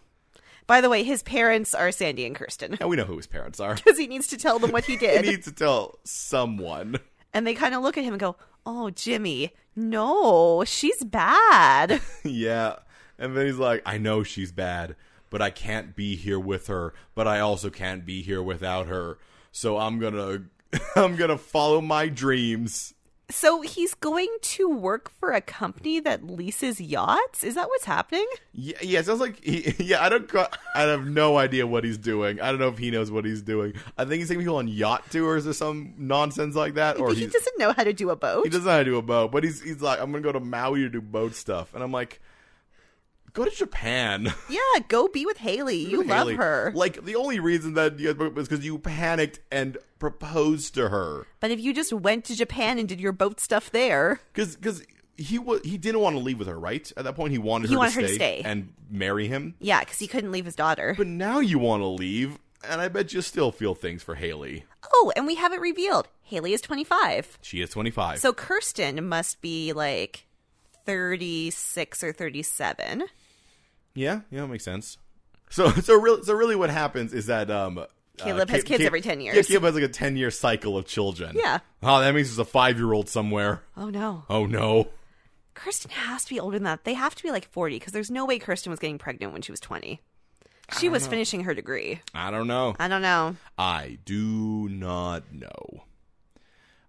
B: By the way, his parents are Sandy and Kirsten
A: And we know who his parents are.
B: because he needs to tell them what he
A: he
B: did.
A: needs to tell someone.
B: and they kind of look at him and go, "Oh, Jimmy, no, she's bad."
A: yeah. And then he's like, I know she's bad, but I can't be here with her, but I also can't be here without her. So I'm gonna I'm gonna follow my dreams.
B: So he's going to work for a company that leases yachts? Is that what's happening?
A: Yeah, yeah, it sounds like he, yeah. I don't. co- I have no idea what he's doing. I don't know if he knows what he's doing. I think he's taking people on yacht tours or some nonsense like that. Or
B: he
A: he's-
B: doesn't know how to do a boat.
A: He doesn't know how to do a boat, but he's he's like, I'm gonna go to Maui to do boat stuff, and I'm like, go to Japan.
B: yeah, go be with Haley. You love
A: Haley.
B: her.
A: Like the only reason that you guys broke up was because you panicked and proposed to her.
B: but if you just went to Japan and did your boat stuff there,
A: Because he was he didn't want to leave with her, right? At that point, he wanted,
B: He
A: her,
B: wanted
A: to
B: her to stay.
A: and marry him.
B: yeah, because he couldn't leave his daughter.
A: But now you want to leave, and I bet you still feel things for Haley.
B: oh, and we haven't revealed Haley is 25.
A: She is 25.
B: So Kirsten must be like 36 or 37.
A: yeah, yeah, that makes sense. So so really so really what happens is that um.
B: Caleb has
A: Ca-
B: kids
A: Ca-
B: every 10
A: Yeah,
B: years.
A: Caleb has like a ten year cycle of children.
B: Yeah.
A: Oh, that means there's a five year old somewhere.
B: Oh no.
A: Oh no.
B: Kirsten has to be older than that. They have to be like 40 because there's no way Kirsten was getting pregnant when she was 20. She was finishing her degree.
A: I don't know.
B: I don't know.
A: I do not know.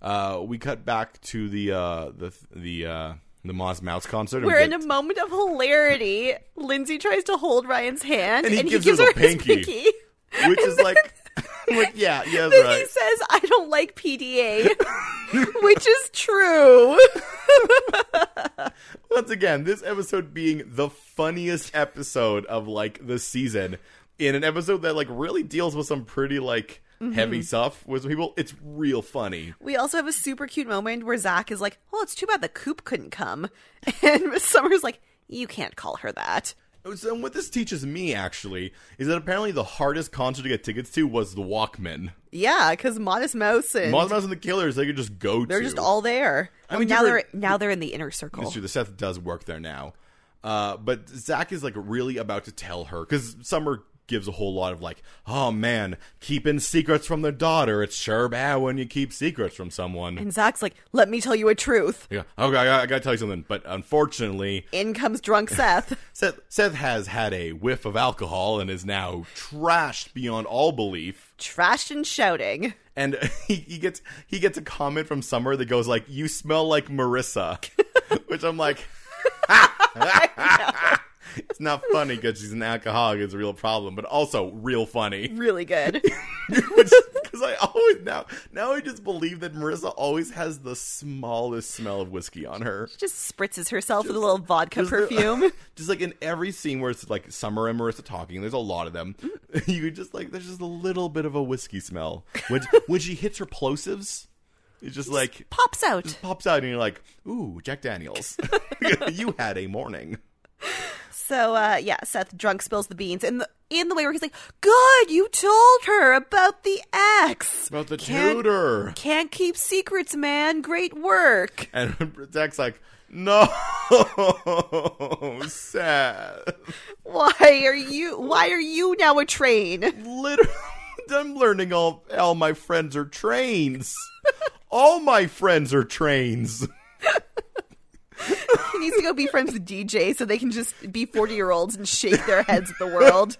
A: Uh, we cut back to the uh, the the uh, the Moz Mouse concert. and we
B: We're in a
A: get-
B: moment of hilarity. Lindsay tries to hold Ryan's hand
A: And he
B: and he,
A: gives
B: gives,
A: her
B: her,
A: the
B: his
A: pinky.
B: pinky.
A: which is like, like, yeah, yeah, that's
B: Then
A: right.
B: he says, I don't like PDA, which is true.
A: Once again, this episode being the funniest episode of like the season in an episode that like really deals with some pretty like
B: Mm-hmm.
A: heavy stuff with people. It's real funny.
B: We also have a super cute moment where Zach is like, Oh, it's too bad the coop couldn't come. And Summer's like, You can't call her that.
A: So what this teaches me actually is that apparently the hardest concert to get tickets to was the Walkmen.
B: Yeah, because Modest Mouse and
A: Moz Mouse and the Killers, they could just go
B: they're
A: to.
B: just all there.
A: I
B: I
A: mean,
B: mean, now
A: you were-
B: they're now they're in the inner circle.
A: It's true. The Seth does work there now, uh, but Zach is like really about to tell her because Summer gives a whole lot of like, "Oh man, keeping secrets from their daughter. It's sure bad when you keep secrets from someone."
B: And Zach's like, Let me tell you a truth.
A: yeah. Okay, I, I gotta tell you something, but unfortunately,
B: In comes drunk Seth.
A: Seth Seth has had a whiff of alcohol and is now trashed beyond all belief.
B: trashed and shouting.
A: and he, he gets he gets a comment from Summer that goes like, "You smell like Marissa," which I'm like, it's not funny because she's an alcoholic; it's a real problem, but also real funny.
B: Really good.
A: Because I always now now I just believe that Marissa always has the smallest smell of whiskey on her.
B: Just spritzes herself with a little vodka
A: There's the-
B: perfume.
A: just like in every scene where it's like Summer and Marissa talking, there's a lot of them. You just like there's just a little bit of a whiskey smell when when she hits her plosives. It's just like
B: Pops out.
A: pops out and you're like, ooh, Jack Daniels. you had a morning.
B: So uh yeah, Seth drunk spills the beans in the in the way where he's like, "Good, you told her about the ex.
A: About the
B: Can't-
A: tutor.
B: Can't keep secrets, man. Great work."
A: And Zach's like, no, sad.
B: Why are you why are you now a train?
A: Literally, I'm learning all, all my friends are trains. all my friends are trains.
B: He needs to go be friends with DJ so they can just be 40-year-olds and shake their heads at the world.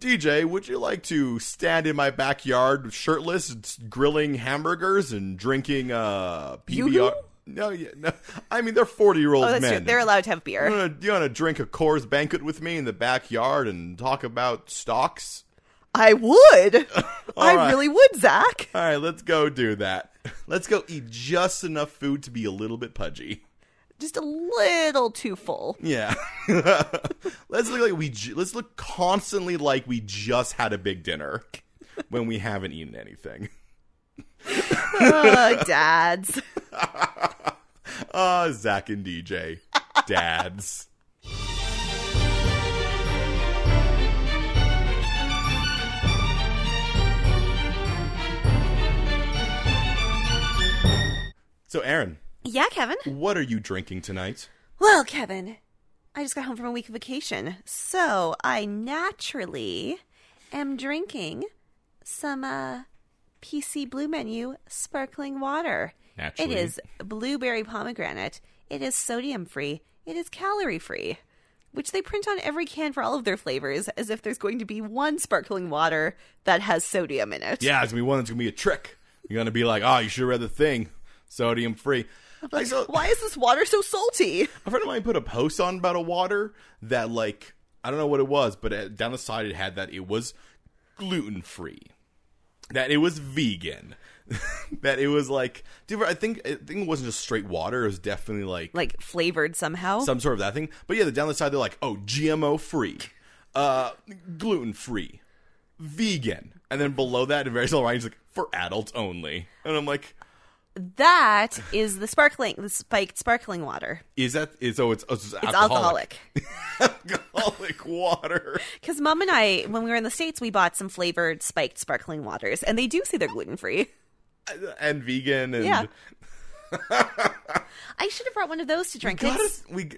A: DJ, would you like to stand in my backyard shirtless, grilling hamburgers and drinking uh, PBR?
B: Yoo-hoo?
A: No, yeah, no. I mean, they're 40 year old
B: Oh, that's
A: men.
B: true. They're allowed to have
A: You
B: beer.
A: wanna, you wanna drink a Coors Banquet with me in the backyard and talk about stocks?
B: I would. I
A: right.
B: really would, Zach.
A: All right, let's go do that. Let's go eat just enough food to be a little bit pudgy.
B: Just a little too full.
A: Yeah. let's look like we ju- let's look constantly like we just had a big dinner when we haven't eaten anything.
B: Ugh, dads.
A: Ah, Zach and DJ, dads. So, Aaron,
B: Yeah, Kevin.
A: what are you drinking tonight?
B: Well, Kevin, I just got home from a week of vacation, so I naturally am drinking some uh, PC Blue Menu sparkling water.
A: Naturally.
B: It is blueberry pomegranate. It is sodium free. It is calorie free, which they print on every can for all of their flavors as if there's going to be one sparkling water that has sodium in it.
A: Yeah, it's gonna be one that's gonna be a trick. You're gonna be like, oh, you should have read the thing, sodium free. Like, so,
B: Why is this water so salty?
A: a friend of mine put a post on about a water that, like, I don't know what it was, but uh down the side it had that it was gluten free, that it was vegan, that it was like, dude, I think I think it wasn't just straight water. It was definitely like
B: Like flavored somehow.
A: some sort of that thing. But yeah, the down the side they're like, oh, GMO free, uh, gluten free, vegan, and then below that in very small writing, it's like for adults only. And I'm like,
B: that is the sparkling, the spiked sparkling water.
A: is that is oh it's, oh, it's
B: It's
A: alcoholic
B: alcoholic.
A: alcoholic water?
B: Because mom and I, when we were in the States, we bought some flavored spiked sparkling waters, and they do say they're gluten free.
A: and vegan and
B: Yeah. I should have brought one of those to drink.
A: God,
B: It's-
A: it's- we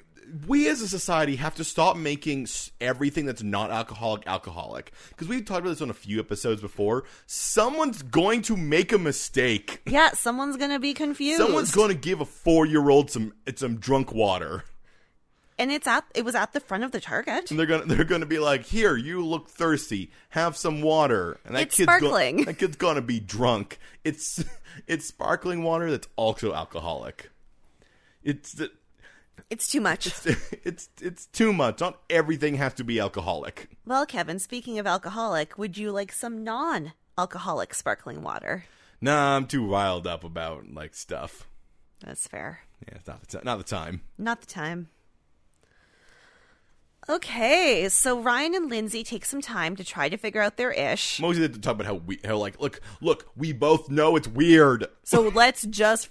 A: we as a society have to stop making s- everything that's not alcoholic alcoholic because we've talked about this on a few episodes before. Someone's going to make a mistake.
B: yeah, someone's going to be confused.
A: Someone's going to give a four year old some some drunk water.
B: and it's at, it was at the front of the Target.
A: And they're gonna they're gonna be like, "Here, you look thirsty. Have some water." And that
B: It's
A: kid's go-
B: sparkling.
A: that kid's gonna be drunk. It's it's sparkling water that's also alcoholic. It's the-
B: It's too much.
A: it's it's too much. Not everything has to be alcoholic.
B: Well, Kevin, speaking of alcoholic, would you like some non alcoholic sparkling water?
A: Nah, I'm too riled up about like stuff.
B: That's fair.
A: Yeah, it's not the ti- not the time.
B: Not the time. Okay, so Ryan and Lindsay take some time to try to figure out their ish.
A: Mostly they have to talk about how we how like look look we both know it's weird.
B: So let's just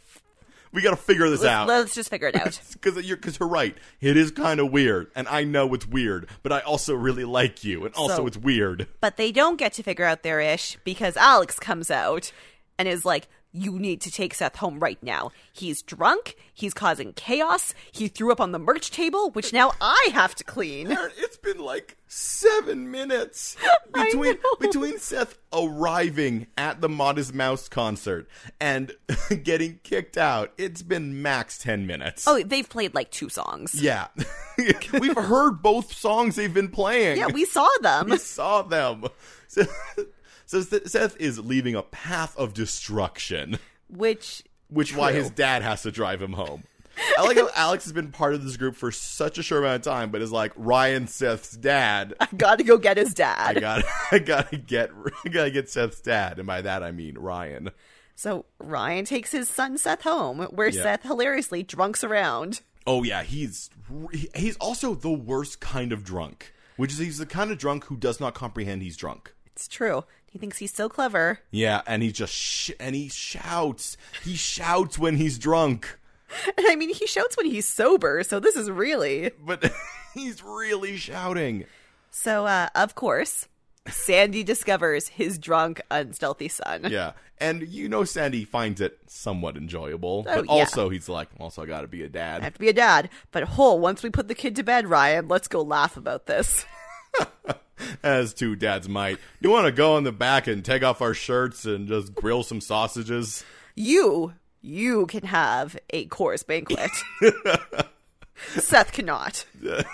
A: We got to figure this
B: let's,
A: out.
B: let's just figure it out.
A: because you're because you're right. It is kind of weird, and I know it's weird, but I also really like you, and also
B: So-
A: it's weird.
B: but they don't get to figure out their ish because Alex comes out and is like, "You need to take Seth home right now. He's drunk. He's causing chaos. He threw up on the merch table, which now I have to clean."
A: Aaron, It's been like seven minutes
B: I
A: between
B: know.
A: between Seth arriving at the Modest Mouse concert and getting kicked out. It's been max ten minutes.
B: Oh, they've played like two songs.
A: yeah, we've heard both songs they've been playing.
B: Yeah, we saw them.
A: we saw them. So, so Seth is leaving a path of destruction.
B: Which
A: which why his dad has to drive him home. I like how Alex has been part of this group for such a short amount of time, but is like Ryan Seth's dad.
B: I gotta go get his
A: I
B: dad.
A: got, I gotta get, I gotta get Seth's dad, and by that I mean Ryan.
B: So Ryan takes his son Seth home, where
A: Yeah.
B: Seth hilariously drunks around.
A: Oh yeah, he's re- he's also the worst kind of drunk, which is he's the kind of drunk who does not comprehend he's drunk.
B: It's true. He thinks he's so clever.
A: Yeah, and he just sh- and he shouts, he shouts when he's drunk,
B: And I mean, he shouts when he's sober, so this is really
A: but he's really shouting.
B: So, uh, of course, Sandy discovers his drunk, unstealthy son.
A: Yeah. And you know Sandy finds it somewhat enjoyable. but
B: yeah.
A: also he's like, also I gotta be a dad.
B: I have to be a dad, but whole, once we put the kid to bed, Ryan, let's go laugh about this.
A: As two dads might. You wanna go in the back and take off our shirts and just grill some sausages?
B: You, you can have a course banquet. Seth cannot. But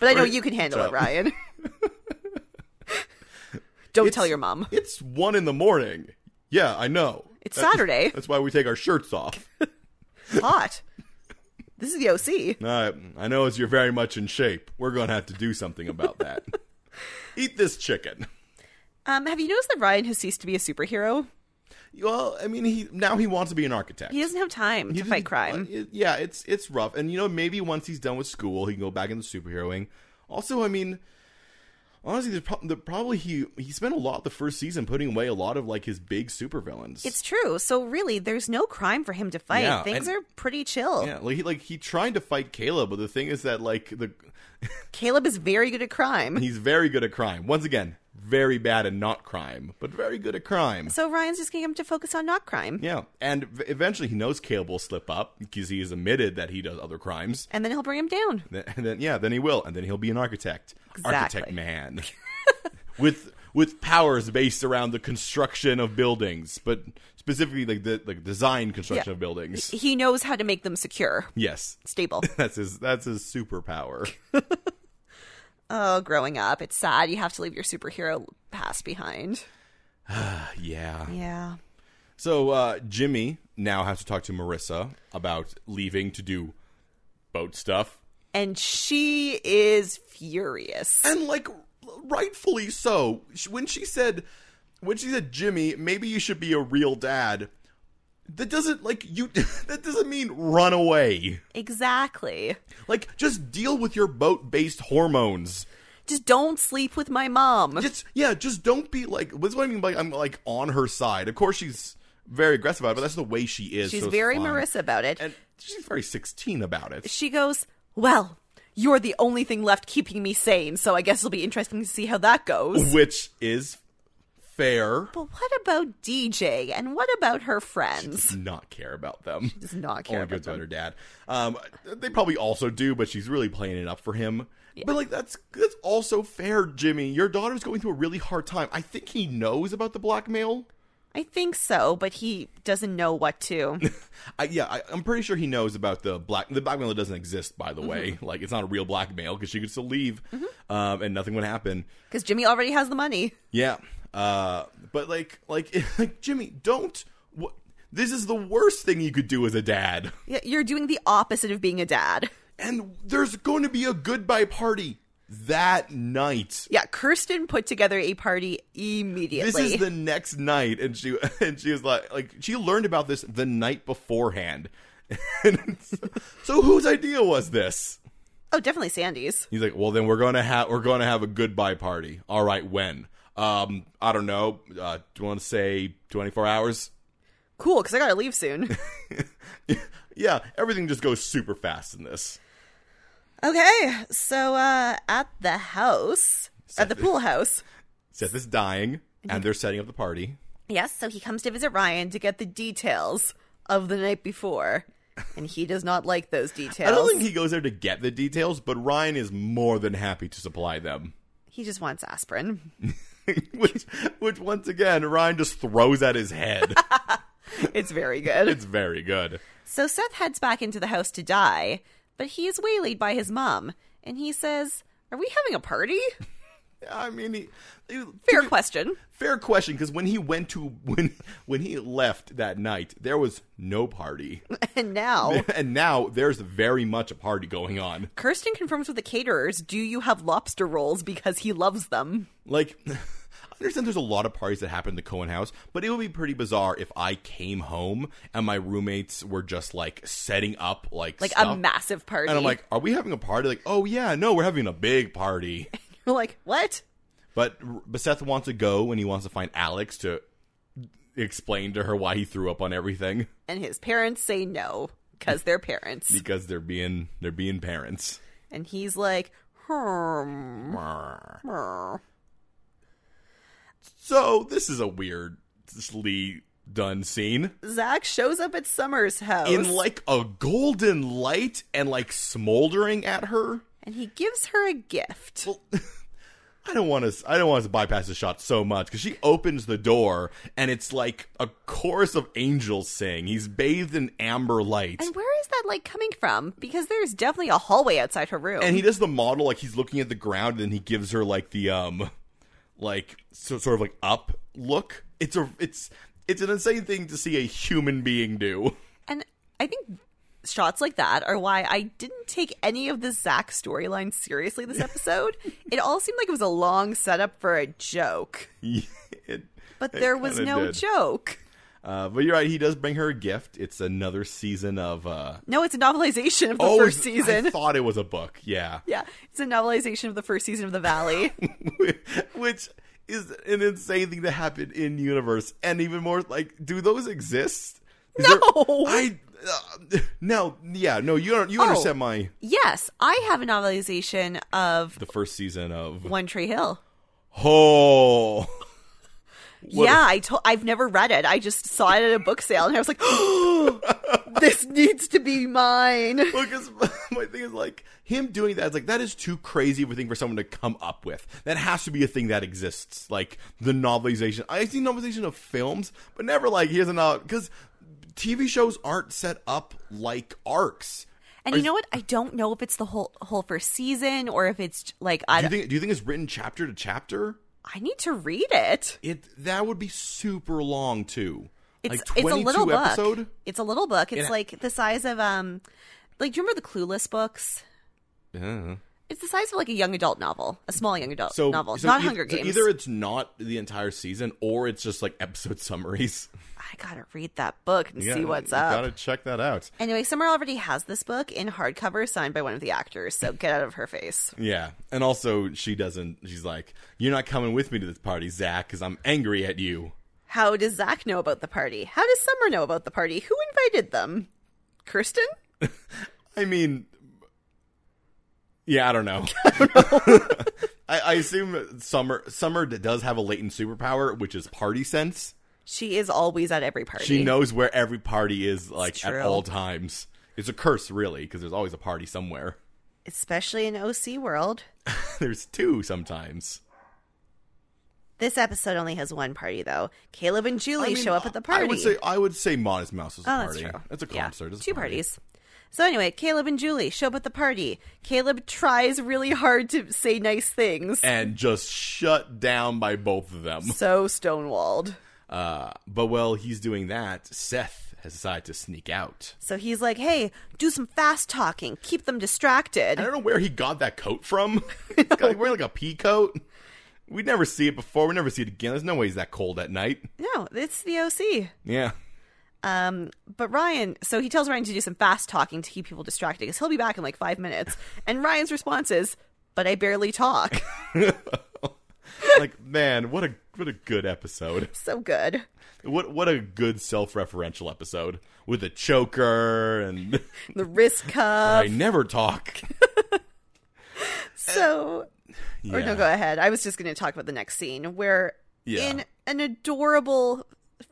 B: I know you can handle it,
A: So-
B: Ryan. Don't tell your mom.
A: It's one in the morning. Yeah, I know.
B: It's Saturday.
A: That's why we take our shirts off.
B: It's hot. This is the OC.
A: I, I know as you're very much in shape, we're gonna have to do something about that. Eat this chicken.
B: Um, have you noticed that Ryan has ceased to be a superhero?
A: Well, I mean, he now he wants to be an architect.
B: He doesn't have time
A: He
B: to
A: just-
B: fight crime.
A: uh, it- yeah, it's it's rough, and you know maybe once he's done with school, he can go back into superheroing. Also, I mean, honestly, there's prob- the, probably he he spent a lot the first season putting away a lot of like his big supervillains.
B: It's true. So really, there's no crime for him to fight.
A: Yeah,
B: Things
A: and-
B: are pretty chill.
A: yeah, like he like he tried to fight Caleb, but the thing is that like the
B: Caleb is very good at crime.
A: he's very good at crime. Once again, very bad at not crime, but very good at crime.
B: So Ryan's just getting him to focus on not crime,
A: Yeah, and v- eventually he knows Caleb will slip up because he has admitted that he does other crimes.
B: and then he'll bring him down.
A: Th- And then yeah, then he will, and then he'll be an architect, architect
B: Exactly.
A: man, with with powers based around the construction of buildings, but specifically like the like design construction
B: Yeah.
A: of buildings.
B: He knows how to make them secure,
A: Yes,
B: stable.
A: that's his that's his superpower.
B: oh, growing up, it's sad. You have to leave your superhero past behind.
A: yeah.
B: Yeah.
A: So uh, Jimmy now has to talk to Marissa about leaving to do boat stuff,
B: And she is furious.
A: and like rightfully so. Sh- When she said, when she said, Jimmy, maybe you should be a real dad. That doesn't like you. That doesn't mean run away.
B: Exactly.
A: Like just deal with your boat-based hormones.
B: Just don't sleep with my mom.
A: Just yeah, just don't be like. What's what I mean by I'm like on her side. Of course, she's very aggressive about it, but that's the way she is.
B: She's
A: so it's
B: very
A: fine.
B: Marissa about it.
A: and she's very sixteen about it.
B: she goes, Well, you're the only thing left keeping me sane, so I guess it'll be interesting to see how that goes.
A: which is fair.
B: But what about DJ and what about her friends?
A: Not care about them.
B: Does not care
A: Only
B: about
A: goes about
B: them.
A: her dad. Um, they probably also do, but she's really playing it up for him. But like that's that's also fair, Jimmy. Your daughter's going through a really hard time. I think he knows about the blackmail.
B: I think so, but he doesn't know what to.
A: I, yeah, I, I'm pretty sure he knows about the black. The blackmailer doesn't exist, by the
B: Mm-hmm.
A: way. Like it's not a real blackmail because she could still leave, um, and nothing would happen.
B: Because Jimmy already has the money.
A: Yeah. Uh, but like, like, like Jimmy, don't. Wh- this is the worst thing you could do as a dad.
B: Y- You're doing the opposite of being a dad.
A: And there's going to be a goodbye party that night.
B: Yeah, Kirsten put together a party immediately.
A: This is the next night, and she and she was like, like she learned about this the night beforehand. And so, so whose idea was this?
B: oh, definitely Sandy's.
A: He's like, well, then we're gonna have we're gonna have a goodbye party. All right, when? Um, I don't know. Uh, do you want to say 24 hours?
B: Cool, because I gotta leave soon.
A: yeah, everything just goes super fast in this.
B: okay, so uh, at the house, at the pool house.
A: Seth is dying, and they're setting up the party.
B: Yes, so he comes to visit Ryan to get the details of the night before. And he does not like those details.
A: I don't think he goes there to get the details, but Ryan is more than happy to supply them.
B: he just wants aspirin.
A: which, which once again, Ryan just throws at his head.
B: It's very good.
A: it's very good.
B: so Seth heads back into the house to die, but he is waylaid by his mom. And he says, Are we having a party?
A: I mean, he, he-
B: Fair question.
A: fair question because when he went to when when he left that night, there was no party,
B: And now,
A: and now there's very much a party going on.
B: Kirsten confirms with the caterers, Do you have lobster rolls? Because he loves them.
A: Like, I understand there's a lot of parties that happen at the Cohen house, but it would be pretty bizarre if I came home and my roommates were just like setting up like
B: Like a
A: stuff,
B: massive party.
A: and I'm like, are we having a party? Like, oh yeah, no, we're having a big party.
B: You're like, What?
A: But but Seth wants to go and he wants to find Alex to explain to her why he threw up on everything
B: And his parents say no, because they're parents.
A: because they're being they're being parents.
B: And he's like, hmm. hmm."
A: So this is a weirdly done scene.
B: Zach shows up at Summer's house
A: in like a golden light and like smoldering at her.
B: and he gives her a gift.
A: Well, I don't want to. I don't want us to bypass the shot so much because she opens the door and it's like a chorus of angels sing. He's bathed in amber light.
B: And where is that light coming from? Because there's definitely a hallway outside her room.
A: and he does the model like he's looking at the ground and then he gives her like the um like so, sort of like up look it's a it's it's an insane thing to see a human being do
B: And I think shots like that are why I didn't take any of the Zack storyline seriously this episode. it all seemed like it was a long setup for a joke,
A: It-
B: but
A: it
B: there was
A: kinda
B: no
A: did.
B: joke.
A: Uh, but you're right. He does bring her a gift. It's another season of. Uh,
B: No, it's a novelization of the
A: oh,
B: first
A: I
B: season.
A: thought it was a book. Yeah,
B: yeah, it's a novelization of the first season of The Valley.
A: which is an insane thing to happen in universe, and even more like, do those exist? Is there-
B: No.
A: I. Uh, no, yeah, no. You don't. You
B: Oh.
A: understand my
B: yes, I have a novelization of
A: the first season of
B: One Tree Hill.
A: oh. What
B: yeah, I to- I've never read it. I just saw it at a book sale, and I was like, "This needs to be mine."
A: Well, because my thing is like him doing that. It's like that is too crazy of a thing for someone to come up with. That has to be a thing that exists, like the novelization. I've seen novelization of films, but never like here's a novel because TV shows aren't set up like arcs.
B: And you know what? I don't know if it's the whole whole first season or if it's like I
A: Do you think? Do you think it's written chapter to chapter?
B: I need to read it.
A: It that would be super long too.
B: It's
A: like
B: it's a
A: twenty
B: little
A: two
B: book.
A: episode.
B: It's a little book. It's
A: It-
B: like the size of um, like do you remember the Clueless books?
A: Yeah.
B: It's the size of like a young adult novel, a small young adult
A: Uh-huh. So
B: novel,
A: so
B: not
A: eith-
B: Hunger
A: so
B: Games.
A: either it's not the entire season, or it's just like episode summaries.
B: I gotta read that book and
A: Yeah,
B: see what's
A: you
B: up.
A: Gotta check that out.
B: Anyway, Summer already has this book in hardcover signed by one of the actors, so get out of her face.
A: Yeah, and also she doesn't. She's like, "You're not coming with me to this party, Zach, because I'm angry at you."
B: How does Zach know about the party? How does Summer know about the party? Who invited them? Kirsten?
A: I mean, yeah, I don't know. I, I assume Summer Summer d- does have a latent superpower, which is party sense.
B: She is always at every party.
A: She knows where every party is, like at
B: true.
A: all times. It's a curse, really, because there's always a party somewhere.
B: Especially in OC world.
A: there's two sometimes.
B: This episode only has one party though. Caleb and Julie
A: I mean,
B: show up at the party.
A: I would say I would say Modest Mouse is a
B: oh, that's
A: party.
B: true.
A: It's a
B: Yeah,
A: concert. It's a
B: Two
A: party.
B: parties. So anyway, Caleb and Julie show up at the party. Caleb tries really hard to say nice things.
A: and just shut down by both of them.
B: so stonewalled.
A: Uh, but while he's doing that, Seth has decided to sneak out.
B: So he's like, "Hey, do some fast talking. Keep them distracted."
A: I don't know where he got that coat from. he's got, like, wearing like a pea coat. We never see it before. We never see it again. There's no way he's that cold at night.
B: No, it's the OC.
A: Yeah.
B: Um, but Ryan, so he tells Ryan to do some fast talking to keep people distracted because he'll be back in like five minutes. And Ryan's response is, "But I barely talk."
A: like man, what a what a good episode.
B: so good.
A: What what a good self-referential episode with a choker and
B: The wrist
A: I
B: cuff.
A: never talk.
B: So, or
A: Yeah.
B: no, go ahead. I was just going to talk about the next scene where,
A: Yeah.
B: in an adorable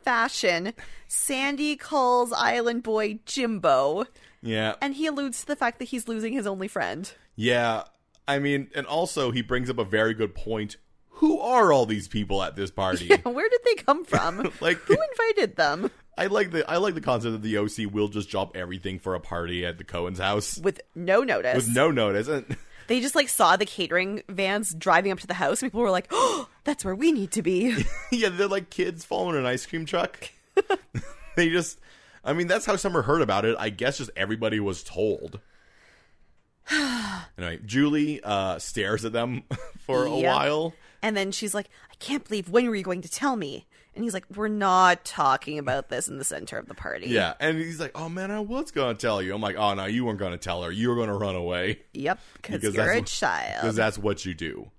B: fashion, Sandy calls Island Boy Jimbo,
A: Yeah.
B: and he alludes to the fact that he's losing his only friend.
A: Yeah, I mean, and also he brings up a very good point. Who are all these people at this party?
B: Where did they come from?
A: Like-
B: who invited them?
A: I like the I like the concept that the OC will just drop everything for a party at the Cohen's house
B: With no notice.
A: with no notice. And
B: They just like saw the catering vans driving up to the house. And people were like, "Oh, that's where we need to be."
A: yeah, they're like kids following an ice cream truck. they just, I mean, that's how Summer heard about it. I guess just everybody was told. anyway, Julie uh, stares at them for a
B: Yeah.
A: while.
B: and then she's like, "I can't believe when were you going to tell me?" And he's like, "We're not talking about this in the center of the party."
A: Yeah, and he's like, "Oh man, I was gonna tell you." I'm like, "Oh no, you weren't gonna tell her. You were gonna run away."
B: Yep. Cause
A: Because that's
B: you're
A: what-
B: a
A: because
B: child.
A: that's what you do.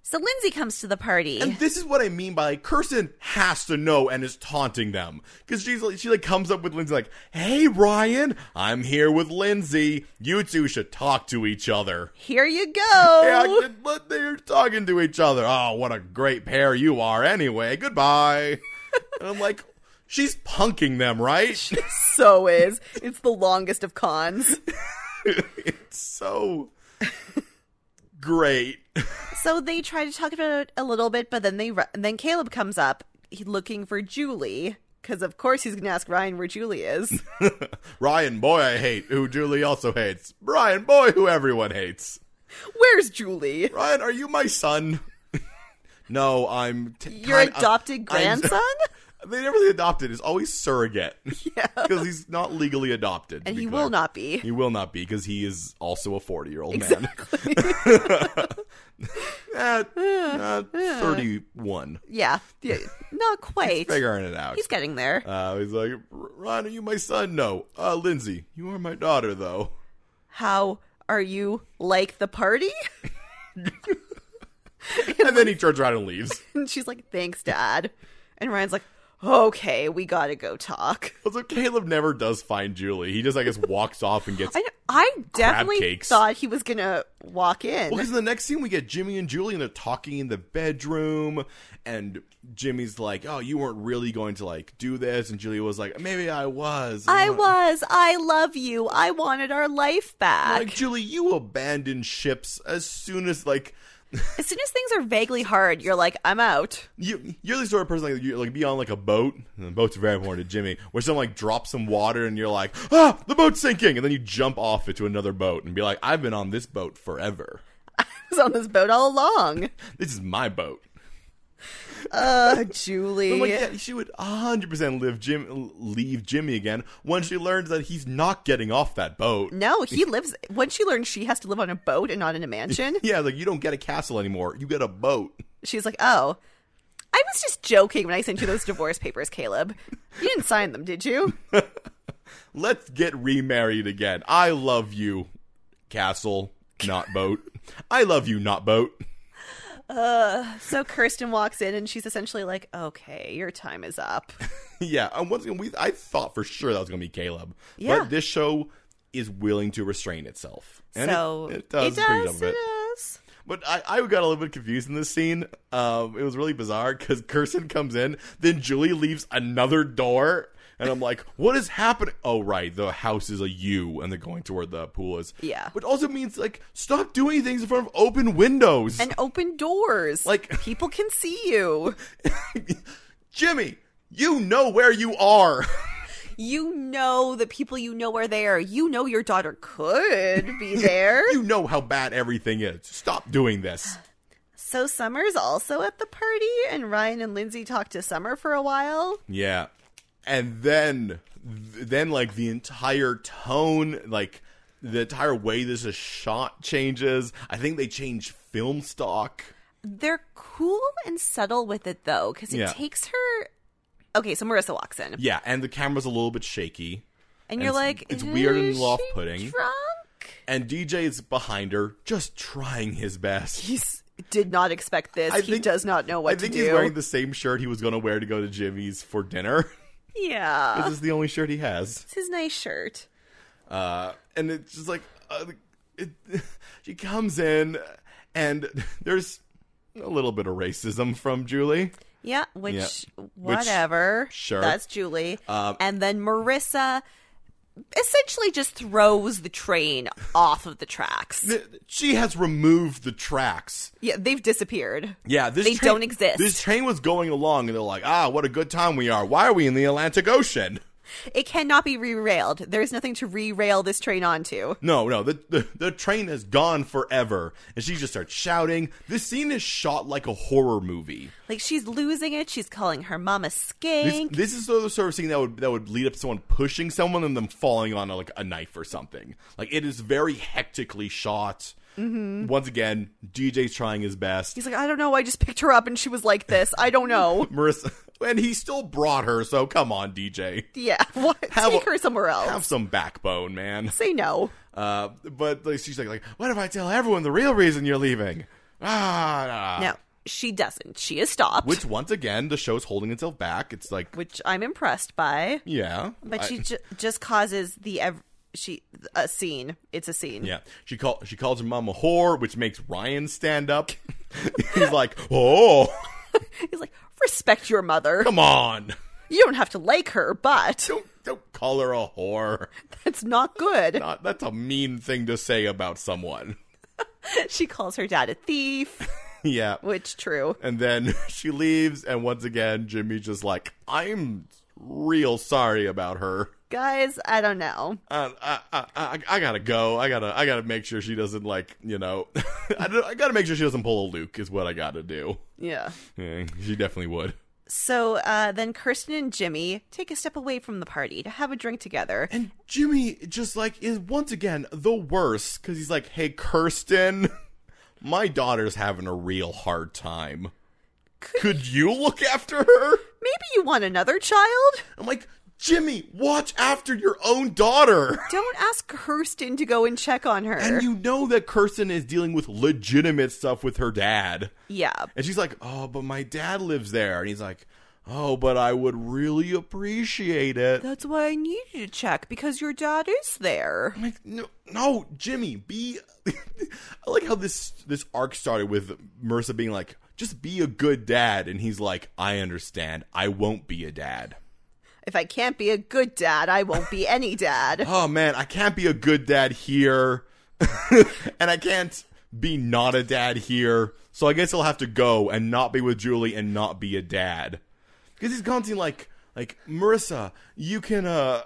B: So Lindsay comes to the party.
A: And this is what I mean by Kirsten has to know and is taunting them because she's like, she like comes up with Lindsay like, "Hey Ryan, I'm here with Lindsay. You two should talk to each other."
B: Here you
A: Yeah,
B: go.
A: I- but they're talking to each other. Oh, what a great pair you are. Anyway, goodbye. and I'm like, she's punking them, right?
B: so is it's the longest of cons.
A: it's so great.
B: So they try to talk about it a little bit, but then they ru- and then Caleb comes up he- looking for Julie because of course he's going to ask Ryan where Julie is.
A: Ryan, boy, I hate who Julie also hates. Ryan, boy, who everyone hates.
B: Where's Julie?
A: Ryan, are you my son? no, I'm. T-
B: Your
A: kind- I'm-
B: adopted
A: I'm-
B: grandson?
A: They never say adopted. It's always surrogate. Yeah. Because he's not legally adopted. to
B: and
A: be
B: he
A: clear.
B: will not be.
A: He will not be because he is also a 40 year old
B: Exactly.
A: man. At, uh, 31.
B: yeah. yeah. Not quite.
A: Figuring it out.
B: He's getting there.
A: Uh, he's like, Ron, are you my son? No. Uh, Lindsay, you are my daughter, though.
B: How are you like the party?
A: And then he turns around and leaves.
B: And she's like, thanks, Dad. And Ryan's like, okay, we gotta go talk.
A: Also, Caleb never does find Julie. He just, I guess, walks off and gets.
B: I, I definitely
A: cakes.
B: thought he was gonna walk in.
A: Well, because in the next scene we get Jimmy and Julie and they're talking in the bedroom, and Jimmy's like, "Oh, you weren't really going to like do this," and Julie was like, "Maybe I was." And
B: I
A: I'm
B: was. I love you. I wanted our life back.
A: Like Julie, you abandoned ships as soon as like
B: as soon as things are vaguely hard, you're like, I'm out.
A: you, you're the sort of person like you like be on like a boat. And the boats are very important to Jimmy. Where someone like drops some water and you're like, ah, the boat's sinking, and then you jump off it to another boat and be like, I've been on this boat forever.
B: I was on this boat all along.
A: This is my boat.
B: Uh,
A: I'm
B: Julie.
A: like, yeah, she would 100% live Jim, leave Jimmy again when she learns that he's not getting off that boat.
B: No, he lives. When she learns she has to live on a boat and not in a mansion,
A: Yeah, like you don't get a castle anymore. You get a boat.
B: she's like, oh. I was just joking when I sent you those divorce papers, Caleb. You didn't sign them, did you?
A: Let's get remarried again. I love you, castle, not boat. I love you, not boat.
B: So Kirsten walks in and she's essentially like, okay, your time is up.
A: yeah, and once again, we I thought for sure that was going to be Caleb.
B: Yeah.
A: But this show is willing to restrain itself. And it-
B: so
A: it, does. a pretty dumb bit.
B: it does.
A: But I, I got a little bit confused in this scene. Um, it was really bizarre because Kirsten comes in, then Julie leaves another door, and I'm like, "What is happening?" Oh, right, the house is a U, and they're going to where the pool is.
B: Yeah.
A: which also means like stop doing things in front of open windows.
B: And open doors.
A: Like-
B: people can see you.
A: Jimmy, you know where you are.
B: You know the people you know are there. You know your daughter could be there.
A: you know how bad everything is. Stop doing this.
B: so Summer's also at the party, and Ryan and Lindsay talk to Summer for a while.
A: Yeah. And then th- then like the entire tone, like the entire way this is shot changes. I think they change film stock.
B: They're cool and subtle with it though, because it
A: Yeah.
B: takes her. Okay, so Marissa walks in,
A: Yeah, and the camera's a little bit shaky.
B: and you're
A: it's-
B: like,
A: it's weird and
B: "Is she
A: off-putting."
B: Drunk?
A: And DJ is behind her, just trying his best.
B: He's did not expect this.
A: I
B: he
A: think-
B: does not know what
A: I think
B: to
A: he's
B: do.
A: wearing the same shirt he was going to wear to go to Jimmy's for dinner.
B: yeah,
A: this is the only shirt he has.
B: it's his nice shirt.
A: uh, and it's just like uh, it, she comes in and there's a little bit of racism from Julie.
B: Yeah,
A: Yeah.
B: which
A: Which-
B: whatever.
A: sure.
B: That's Julie.
A: Um,
B: and then Marissa essentially just throws the train off of the tracks.
A: Th- She has removed the tracks.
B: Yeah, they've disappeared.
A: Yeah, this
B: They
A: train-
B: don't exist.
A: This train was going along, and they're like, "Ah, what a good time we are! Why are we in the Atlantic Ocean?"
B: It cannot be re-railed. There's nothing to re-rail this train onto.
A: No, no, the, the the train has gone forever, and she just starts shouting. This scene is shot like a horror movie.
B: Like she's losing it. She's calling her mom a
A: This,
B: skank.
A: this is the sort of scene that would that would lead up to someone pushing someone and them falling on like a knife or something. Like it is very hectically shot. Mm-hmm. Once again, DJ's trying his best.
B: He's like, I don't know. I just picked her up and she was like this. I don't know.
A: Marissa, and he still brought her. So come on, DJ,
B: yeah, what?
A: Have
B: take
A: a-
B: her somewhere else.
A: have some backbone, man.
B: Say no.
A: Uh, but like, she's like, like, what if I tell everyone the real reason you're leaving? Ah,
B: No, she doesn't. She is stopped,
A: Which once again, the show's holding itself back. It's like,
B: which I'm impressed by.
A: yeah,
B: But
A: I-
B: she ju- just causes the ev- she a scene. It's a scene.
A: Yeah, she call she calls her mom a whore, which makes Ryan stand up. He's like, "Oh,
B: He's like, respect your mother.
A: come on!
B: You don't have to like her, but
A: Don't don't call her a whore.
B: that's not good.
A: Not, that's a mean thing to say about someone."
B: She calls her dad a thief,
A: yeah,
B: which true.
A: and then she leaves, and once again, Jimmy's just like, "I'm real sorry about her.
B: Guys, I don't know.
A: I I, I, I, I gotta go. I gotta I gotta make sure she doesn't like you know. I, don't- I gotta make sure she doesn't pull a Luke. Is what I gotta do.
B: Yeah.
A: Yeah, she definitely would."
B: So uh, then Kirsten and Jimmy take a step away from the party to have a drink together.
A: And Jimmy just like is once again the worst because he's like, "Hey, Kirsten, my daughter's having a real hard time. Could you look after her?"
B: Maybe you want another child?
A: I'm like, "Jimmy, watch after your own daughter."
B: Don't ask Kirsten to go and check on her.
A: And you know that Kirsten is dealing with legitimate stuff with her dad.
B: yeah.
A: And she's like, "Oh, but my dad lives there." And he's like, "Oh, but I would really appreciate it."
B: That's why I need you to check because your dad is there.
A: I'm like, no, no, Jimmy, be. I like how this this arc started with Marissa being like, "Just be a good dad," and he's like, "I understand. I won't be a dad."
B: If I can't be a good dad, I won't be any dad.
A: Oh man, I can't be a good dad here, and I can't be not a dad here. So I guess I'll have to go and not be with Julie and not be a dad because he's constantly like, like Marissa, you can uh.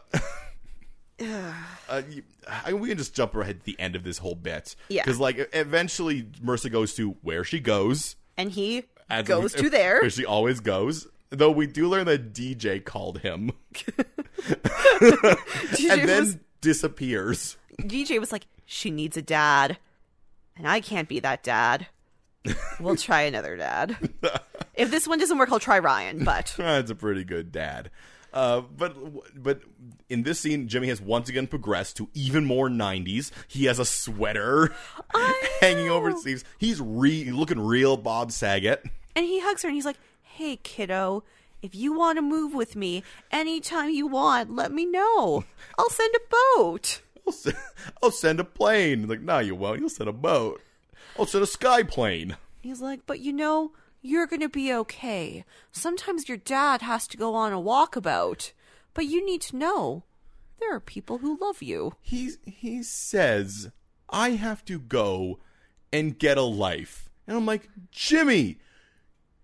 A: uh, you- I, we can just jump right at the end of this whole bit.
B: Yeah.
A: Because, like, e- eventually Marissa goes to where she goes.
B: and he
A: as-
B: goes to there.
A: Where she always goes. Though we do learn that DJ called him
B: DJ,
A: and then
B: was,
A: disappears.
B: DJ was like, she needs a dad. And I can't be that dad. We'll try another dad. if this one doesn't work, I'll try Ryan, but.
A: That's a pretty good dad. Uh, but but in this scene, Jimmy has once again progressed to even more '90s. He has a sweater hanging over his sleeves. He's re- looking real Bob Saget.
B: And he hugs her and he's like, Hey, kiddo, if you want to move with me anytime you want, let me know. I'll send a boat.
A: I'll, se- I'll send a plane. Like, no, you won't. You'll send a boat. I'll send a sky plane.
B: He's like, But you know, you're going to be okay. Sometimes your dad has to go on a walkabout, but you need to know there are people who love you.
A: He he says, I have to go and get a life. And I'm like, Jimmy,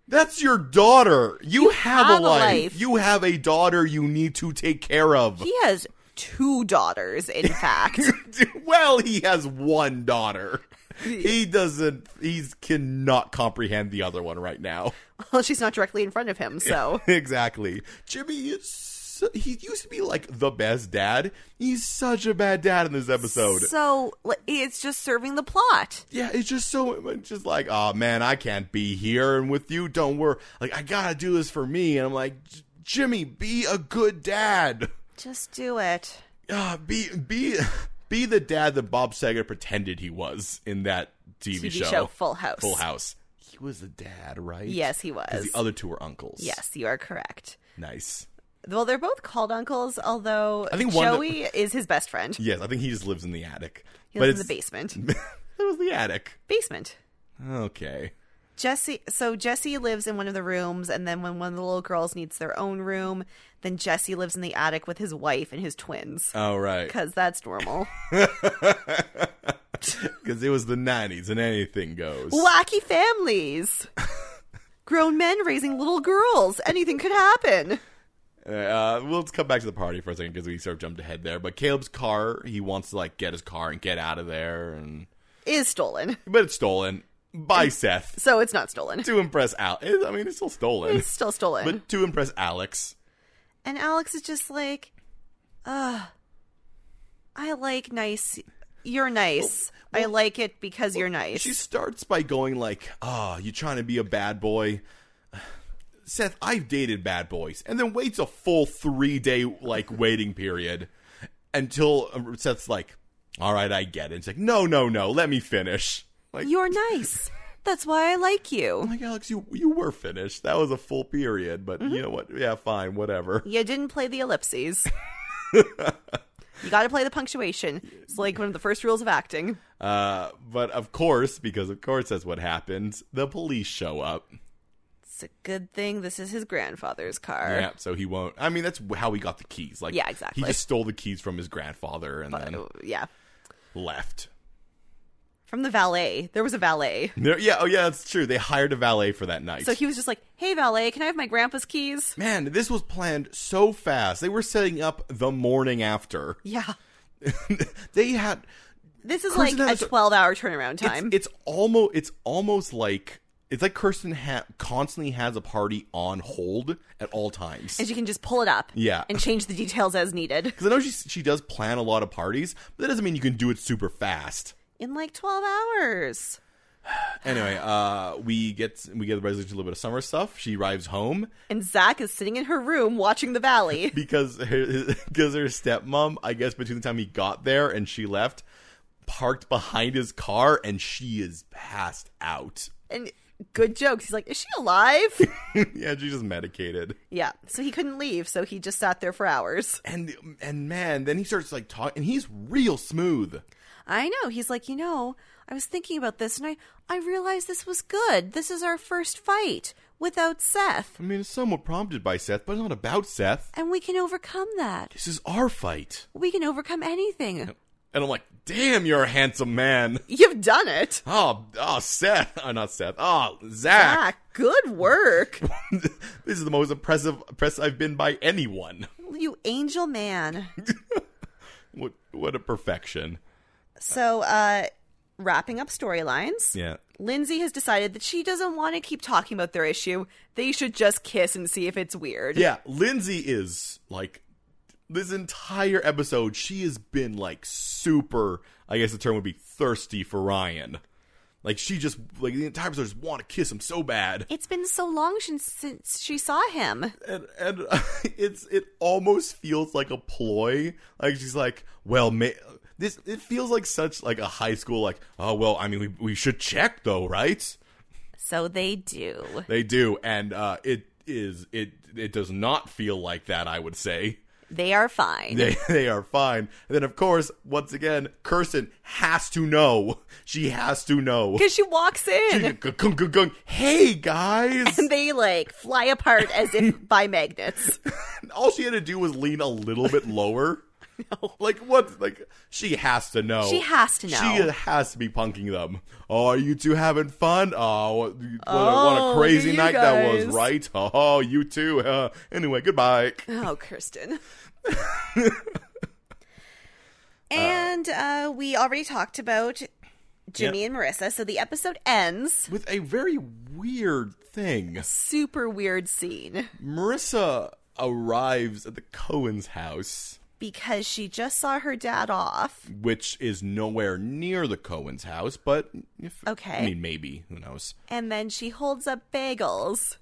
A: that's your daughter. You, have,
B: have
A: a
B: a
A: life.
B: life.
A: You have a daughter you need to take care of.
B: He has two daughters, in fact.
A: well, he has one daughter. He doesn't. He cannot comprehend the other one right now.
B: well, she's not directly in front of him, so.
A: exactly. Jimmy is. So, he used to be like the best dad. He's such a bad dad in this episode.
B: So li- it's just serving the plot.
A: yeah, it's just so it's just like, oh man, I can't be here and with you. Don't worry. Like I gotta do this for me. And I'm like, "J- Jimmy, be a good dad.
B: Just do it.
A: Ah, be be be the dad that Bob Saget pretended he was in that TV,
B: TV
A: show,
B: show Full House.
A: Full House. He was the dad, right?
B: Yes, he
A: 'Cause
B: was.
A: The other two were uncles.
B: Yes, you are correct.
A: Nice.
B: Well, they're both called uncles, although
A: I think one of the-
B: Joey is his best friend.
A: Yes, I think he just lives in the attic.
B: He lives in the basement.
A: basement. it was the attic.
B: basement.
A: Okay.
B: Jesse. So Jesse lives in one of the rooms, and then when one of the little girls needs their own room, then Jesse lives in the attic with his wife and his twins
A: All right.
B: because that's normal.
A: Because it was the '90s and anything goes.
B: Wacky families. Grown men raising little girls. Anything could happen.
A: Uh, we'll come back to the party for a second because we sort of jumped ahead there. But Caleb's car, he wants to like get his car and get out of there, and
B: Is stolen,
A: but it's stolen by Seth
B: so it's not stolen.
A: to impress Al. it- I mean, it's still stolen,
B: It's still stolen.
A: but to impress Alex.
B: And Alex is just like, ugh, I like nice. You're nice.
A: Oh,
B: I like it because you're nice.
A: She starts by going like, "Ah, you trying to be a bad boy." Seth, I've dated bad boys, and then waits a full three day like waiting period until um, Seth's like, "All right, I get it." It's like, "No, no, no, let me finish." Like,
B: You're nice. That's why I like you.
A: like Alex, you you were finished. That was a full period, but
B: Mm-hmm.
A: you know what? Yeah, fine, whatever.
B: You didn't play the ellipses. you got to play the punctuation. It's like one of the first rules of acting.
A: Uh, but of course, because of course that's what happens. The police show up.
B: It's a good thing this is his grandfather's car.
A: Yeah, so he won't. I mean, that's how he got the keys. Like,
B: Yeah,
A: He
B: exactly.
A: just stole the keys from his grandfather and then
B: Uh, yeah.
A: left.
B: From the valet. There was a valet.
A: There, yeah, oh yeah, that's true. They hired a valet for that night.
B: So he was just like, hey, valet, can I have my grandpa's keys?
A: Man, this was planned so fast. They were setting up the morning after.
B: Yeah.
A: they had
B: This is
A: Cruising
B: like
A: down
B: a
A: the-
B: 12 hour turnaround time.
A: It's, it's almost it's almost like it's like Kirsten ha- constantly has a party on hold at all times.
B: And you can just pull it up.
A: Yeah.
B: And change the details as needed.
A: Because I know she she does plan a lot of parties, but that doesn't mean you can do it super fast.
B: In like 12 hours.
A: Anyway, uh, we get we get the resolution to a little bit of summer stuff. She arrives home
B: And Zach is sitting in her room watching the valley.
A: because her, because her stepmom, I guess, between the time he got there and she left, parked behind his car, and she is passed out.
B: and good jokes. He's like, Is she alive?
A: yeah, she's just medicated.
B: yeah. So he couldn't leave. So he just sat there for hours.
A: And and man, then he starts like talking, and he's real smooth.
B: I know. He's like, You know, I was thinking about this and I, I realized this was good. This is our first fight without Seth.
A: I mean, it's somewhat prompted by Seth, but not about Seth.
B: And we can overcome that.
A: This is our fight.
B: We can overcome anything.
A: And I'm like, damn, you're a handsome man.
B: You've done it.
A: Oh, oh, Seth. Oh, not Seth. Oh, Zach.
B: Zach, Ah, good work.
A: this is the most impressive press I've been by anyone.
B: you angel man.
A: What, what a perfection.
B: So, uh, wrapping up storylines.
A: Yeah.
B: Lindsay has decided that she doesn't want to keep talking about their issue. They should just kiss and see if it's weird.
A: Yeah, Lindsay is like, this entire episode, she has been like super, I guess the term would be thirsty for Ryan. Like, she just, like, the entire episode just want to kiss him so bad.
B: It's been so long since, since she saw him.
A: and and it's it almost feels like a ploy. Like she's like, well, ma- this it feels like such like a high school like, oh well, I mean we we should check though, right?
B: So they do.
A: They do, and uh, it is it it does not feel like that. I would say
B: They are fine.
A: they they are fine. And then of course, once again, Kirsten has to know. She has to know.
B: Because she walks in
A: Gung, gung, gung. Hey guys!
B: and they like fly apart as if by magnets.
A: All she had to do was lean a little bit lower. Like what? Like she has to know.
B: She has to know.
A: She has to be punking them. Oh, are you two having fun? Oh, what, what, a- what
B: Oh,
A: a crazy
B: look at you
A: night that was,
B: guys.
A: right? Oh, you too. Uh, anyway, goodbye.
B: Oh, Kirsten. and uh, we already talked about Jimmy
A: Yeah.
B: and Marissa. So the episode ends.
A: With a very weird thing,
B: Super weird scene
A: Marissa arrives at the Cohen's house,
B: because she just saw her dad off.
A: which is nowhere near the Cohen's house, but if,
B: Okay.
A: I mean maybe who knows.
B: And then she holds up bagels.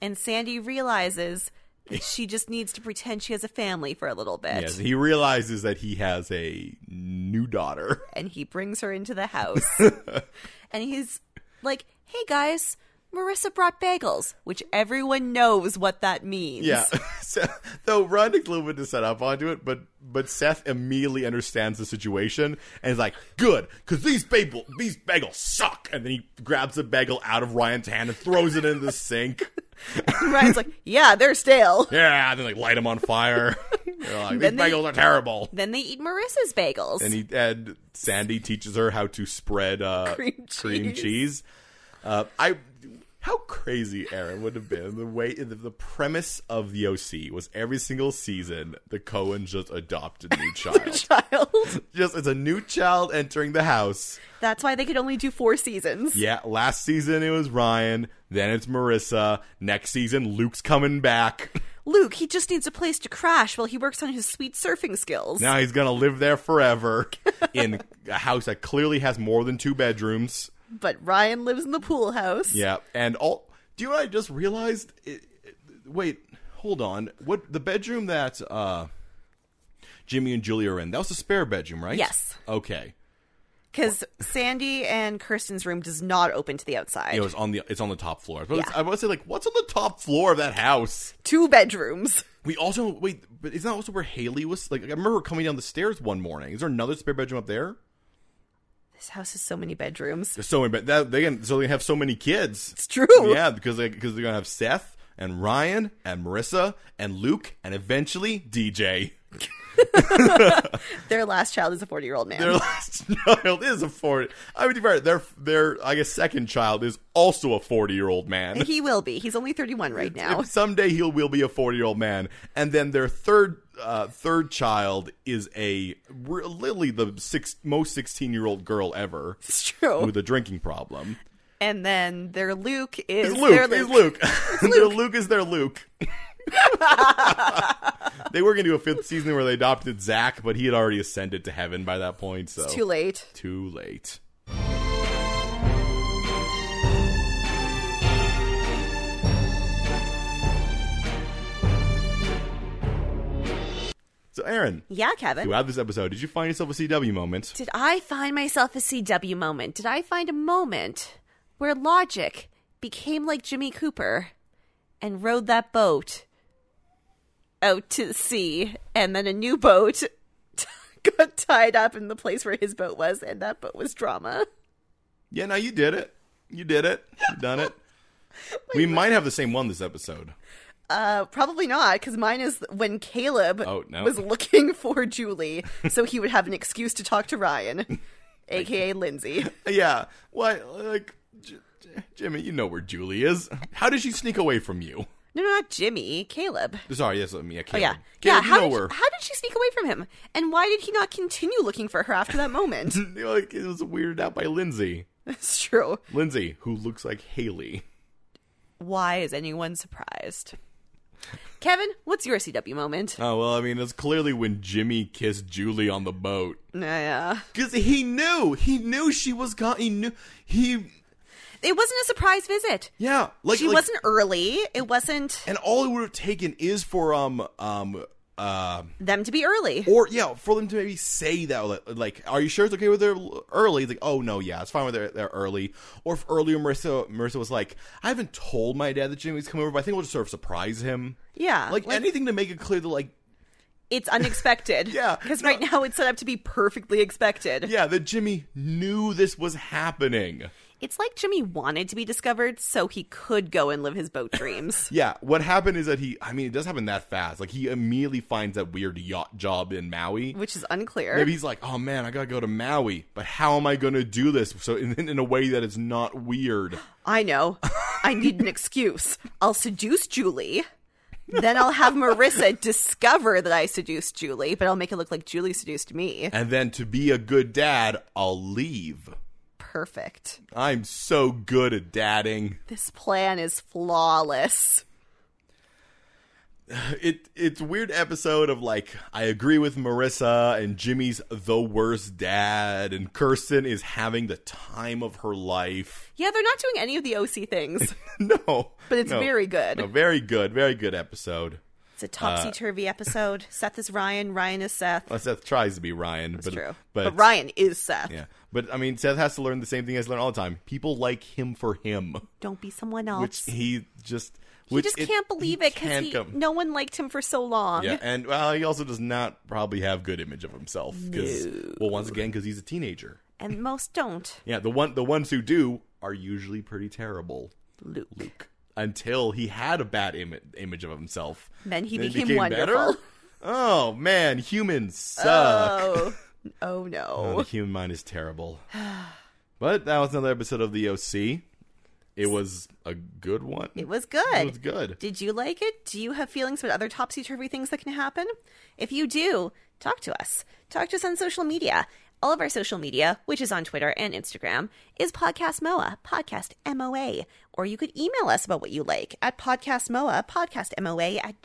B: And Sandy realizes that she just needs to pretend she has a family for a little bit.
A: Yes, he realizes that he has a new daughter.
B: and he brings her into the house. and he's like, hey guys, Marissa brought bagels, which everyone knows what that means.
A: Yeah. so, though Ron takes a little bit to set up onto it, but but Seth immediately understands the situation and is like, "Good, because these bagel these bagels suck." And then he grabs a bagel out of Ryan's hand and throws it in the sink.
B: And Ryan's like, yeah, they're stale.
A: Yeah, and then like light them on fire. They're like, these
B: Then they-
A: bagels are terrible.
B: Then they eat Marissa's bagels.
A: And he and Sandy teaches her how to spread uh,
B: Cream cheese.
A: cheese. Uh, I. How crazy Aaron would have been the way the, the premise of the OC was every single season the Cohen just adopt a new child.
B: Child.
A: just it's a new child entering the house.
B: That's why they could only do four seasons.
A: Yeah, last season it was Ryan, then it's Marissa. Next season Luke's coming back.
B: Luke, he just needs a place to crash while he works on his sweet surfing skills.
A: Now he's gonna live there forever in a house that clearly has more than two bedrooms.
B: But Ryan lives in the pool house.
A: Yeah, and all. Do you know what I just realized? It, it- wait, hold on. What the bedroom that uh, Jimmy and Julia are in? That was the spare bedroom, right?
B: Yes.
A: Okay.
B: Because Sandy and Kirsten's room does not open to the outside.
A: It was on the. It's on the top floor. But
B: Yeah.
A: I want to say, like, what's on the top floor of that house?
B: Two bedrooms.
A: We also wait, but isn't that also where Haley was? Like, I remember her coming down the stairs one morning. Is there another spare bedroom up there?
B: This house has so many bedrooms.
A: There's so many. But that they can. So they have so many kids.
B: It's true.
A: Yeah, because they, because they're gonna have Seth and Ryan and Marissa and Luke and eventually DJ.
B: Their last child is a 40 year old man.
A: Their last child is a forty. I mean, to be fair, their their I guess second child is also a forty year old man.
B: And he will be. He's only 31 right now.
A: Someday he'll will be a forty year old man, and then their third uh, third child is a re- literally the six, most sixteen year old girl ever
B: It's true.
A: with a drinking problem.
B: and then their Luke is
A: It's
B: their
A: Luke. It's Luke. their Luke is their Luke. they were going to do a fifth season where they adopted Zach, but he had already ascended to heaven by that point, so
B: It's too late.
A: Too late. So, Aaron,
B: Yeah, Kevin.
A: throughout this episode, did you find yourself a CW moment?
B: Did I find myself a CW moment? Did I find a moment where logic became like Jimmy Cooper and rode that boat out to sea and then a new boat got tied up in the place where his boat was and that boat was drama?
A: Yeah, no, you did it. You did it. You done it. we might have the same one this episode.
B: Uh, probably not, because mine is when Caleb
A: Oh, no.
B: was looking for Julie, so he would have an excuse to talk to Ryan, aka Lindsay.
A: Yeah. Why? Like, J- J- Jimmy, you know where Julie is. How did she sneak away from you?
B: No, no, not Jimmy, Caleb.
A: Sorry, yes, I mean, yeah,
B: Oh,
A: Caleb.
B: yeah.
A: Caleb,
B: yeah,
A: you
B: how
A: know
B: did,
A: where.
B: how did she sneak away from him? And why did he not continue looking for her after that moment?
A: You know, like, it was weirded out by Lindsay.
B: That's true.
A: Lindsay, who looks like Haley.
B: Why is anyone surprised? Kevin, what's your CW moment?
A: Oh, well, I mean, it's clearly when Jimmy kissed Julie on the boat.
B: Yeah.
A: Because he knew. He knew she was gone. He knew. He.
B: It wasn't a surprise visit.
A: Yeah. Like,
B: she
A: like-
B: wasn't early. It wasn't
A: And all it would have taken is for, um, um, uh,
B: them to be early.
A: or yeah, for them to maybe say that, like- like, "Are you sure it's okay with her early?" It's like, "Oh no, yeah, it's fine with her they're early." Or if earlier Marissa, Marissa was like, "I haven't told my dad that Jimmy's coming over, but I think we'll just sort of surprise him."
B: Yeah.
A: Like, anything to make it clear that, like,
B: it's unexpected.
A: Yeah,
B: Because
A: no.
B: right now it's set up to be perfectly expected.
A: yeah, that Jimmy knew this was happening.
B: It's like Jimmy wanted to be discovered so he could go and live his boat dreams.
A: Yeah, what happened is that he, I mean, it does happen that fast. Like, he immediately finds that weird yacht job in Maui.
B: Which is unclear.
A: Maybe he's like, "Oh man, I gotta go to Maui, but how am I gonna do this?" So in, in a way that is not weird.
B: I know. I need an excuse. I'll seduce Julie. Then I'll have Marissa discover that I seduced Julie, but I'll make it look like Julie seduced me.
A: And then to be a good dad, I'll leave.
B: Perfect.
A: I'm so good at dadding.
B: This plan is flawless.
A: It it's a weird episode of like I agree with Marissa and Jimmy's the worst dad and Kirsten is having the time of her life.
B: Yeah, they're not doing any of the OC things,
A: No.
B: but it's
A: no,
B: very good.
A: No, Uh. very good, very good episode.
B: It's a topsy turvy episode. Seth is Ryan, Ryan is Seth.
A: Well, Seth tries to be Ryan,
B: That's
A: but
B: true.
A: but,
B: But, Ryan is Seth.
A: yeah. But I mean Seth has to learn the same thing he's learned all the time. People like him for him.
B: Don't be someone
A: Which
B: else.
A: he just
B: You
A: which
B: just
A: it-
B: can't believe
A: he
B: it
A: can't
B: because
A: come-
B: no one liked him for so long.
A: Yeah, and well, he also does not probably have good image of himself because, well, once again, because he's a teenager.
B: And most don't.
A: Yeah, the one the ones who do are usually pretty terrible.
B: Luke.
A: Until he had a bad Im- image of himself,
B: Then he
A: it
B: became
A: better?
B: wonderful.
A: Oh man, humans suck.
B: Oh. Oh no.
A: Oh, the human mind is terrible. but that was another episode of the OC. It was a good one.
B: It was good.
A: It was good.
B: Did you like it? Do you have feelings about other topsy turvy things that can happen? If you do, talk to us. Talk to us on social media. All of our social media, which is on Twitter and Instagram, is Podcast MOA, Podcast MOA. Or you could email us about what you like at Podcast MOA, Podcast MOA at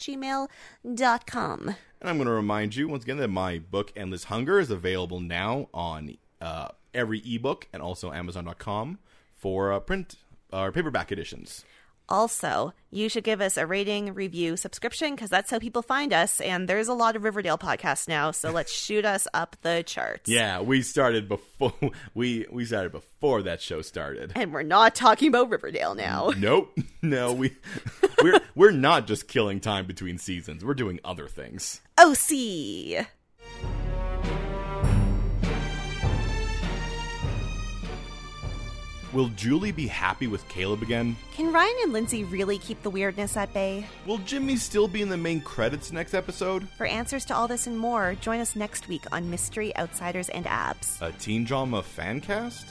B: gmail.com.
A: And I'm going to remind you once again that my book Endless Hunger is available now on uh, every ebook and also Amazon.com for uh, print or paperback editions.
B: Also, you should give us a rating, review, subscription, because that's how people find us. And there's a lot of Riverdale podcasts now, so let's shoot us up the charts.
A: Yeah, we started before we we started before that show started.
B: And we're not talking about Riverdale now.
A: Nope, no, we we're we're not just killing time between seasons. We're doing other things.
B: OC.
A: Will Julie be happy with Caleb again?
B: Can Ryan and Lindsay really keep the weirdness at bay?
A: Will Jimmy still be in the main credits next episode?
B: For answers to all this and more, join us next week on Mystery Outsiders and Abs.
A: A teen drama fan cast?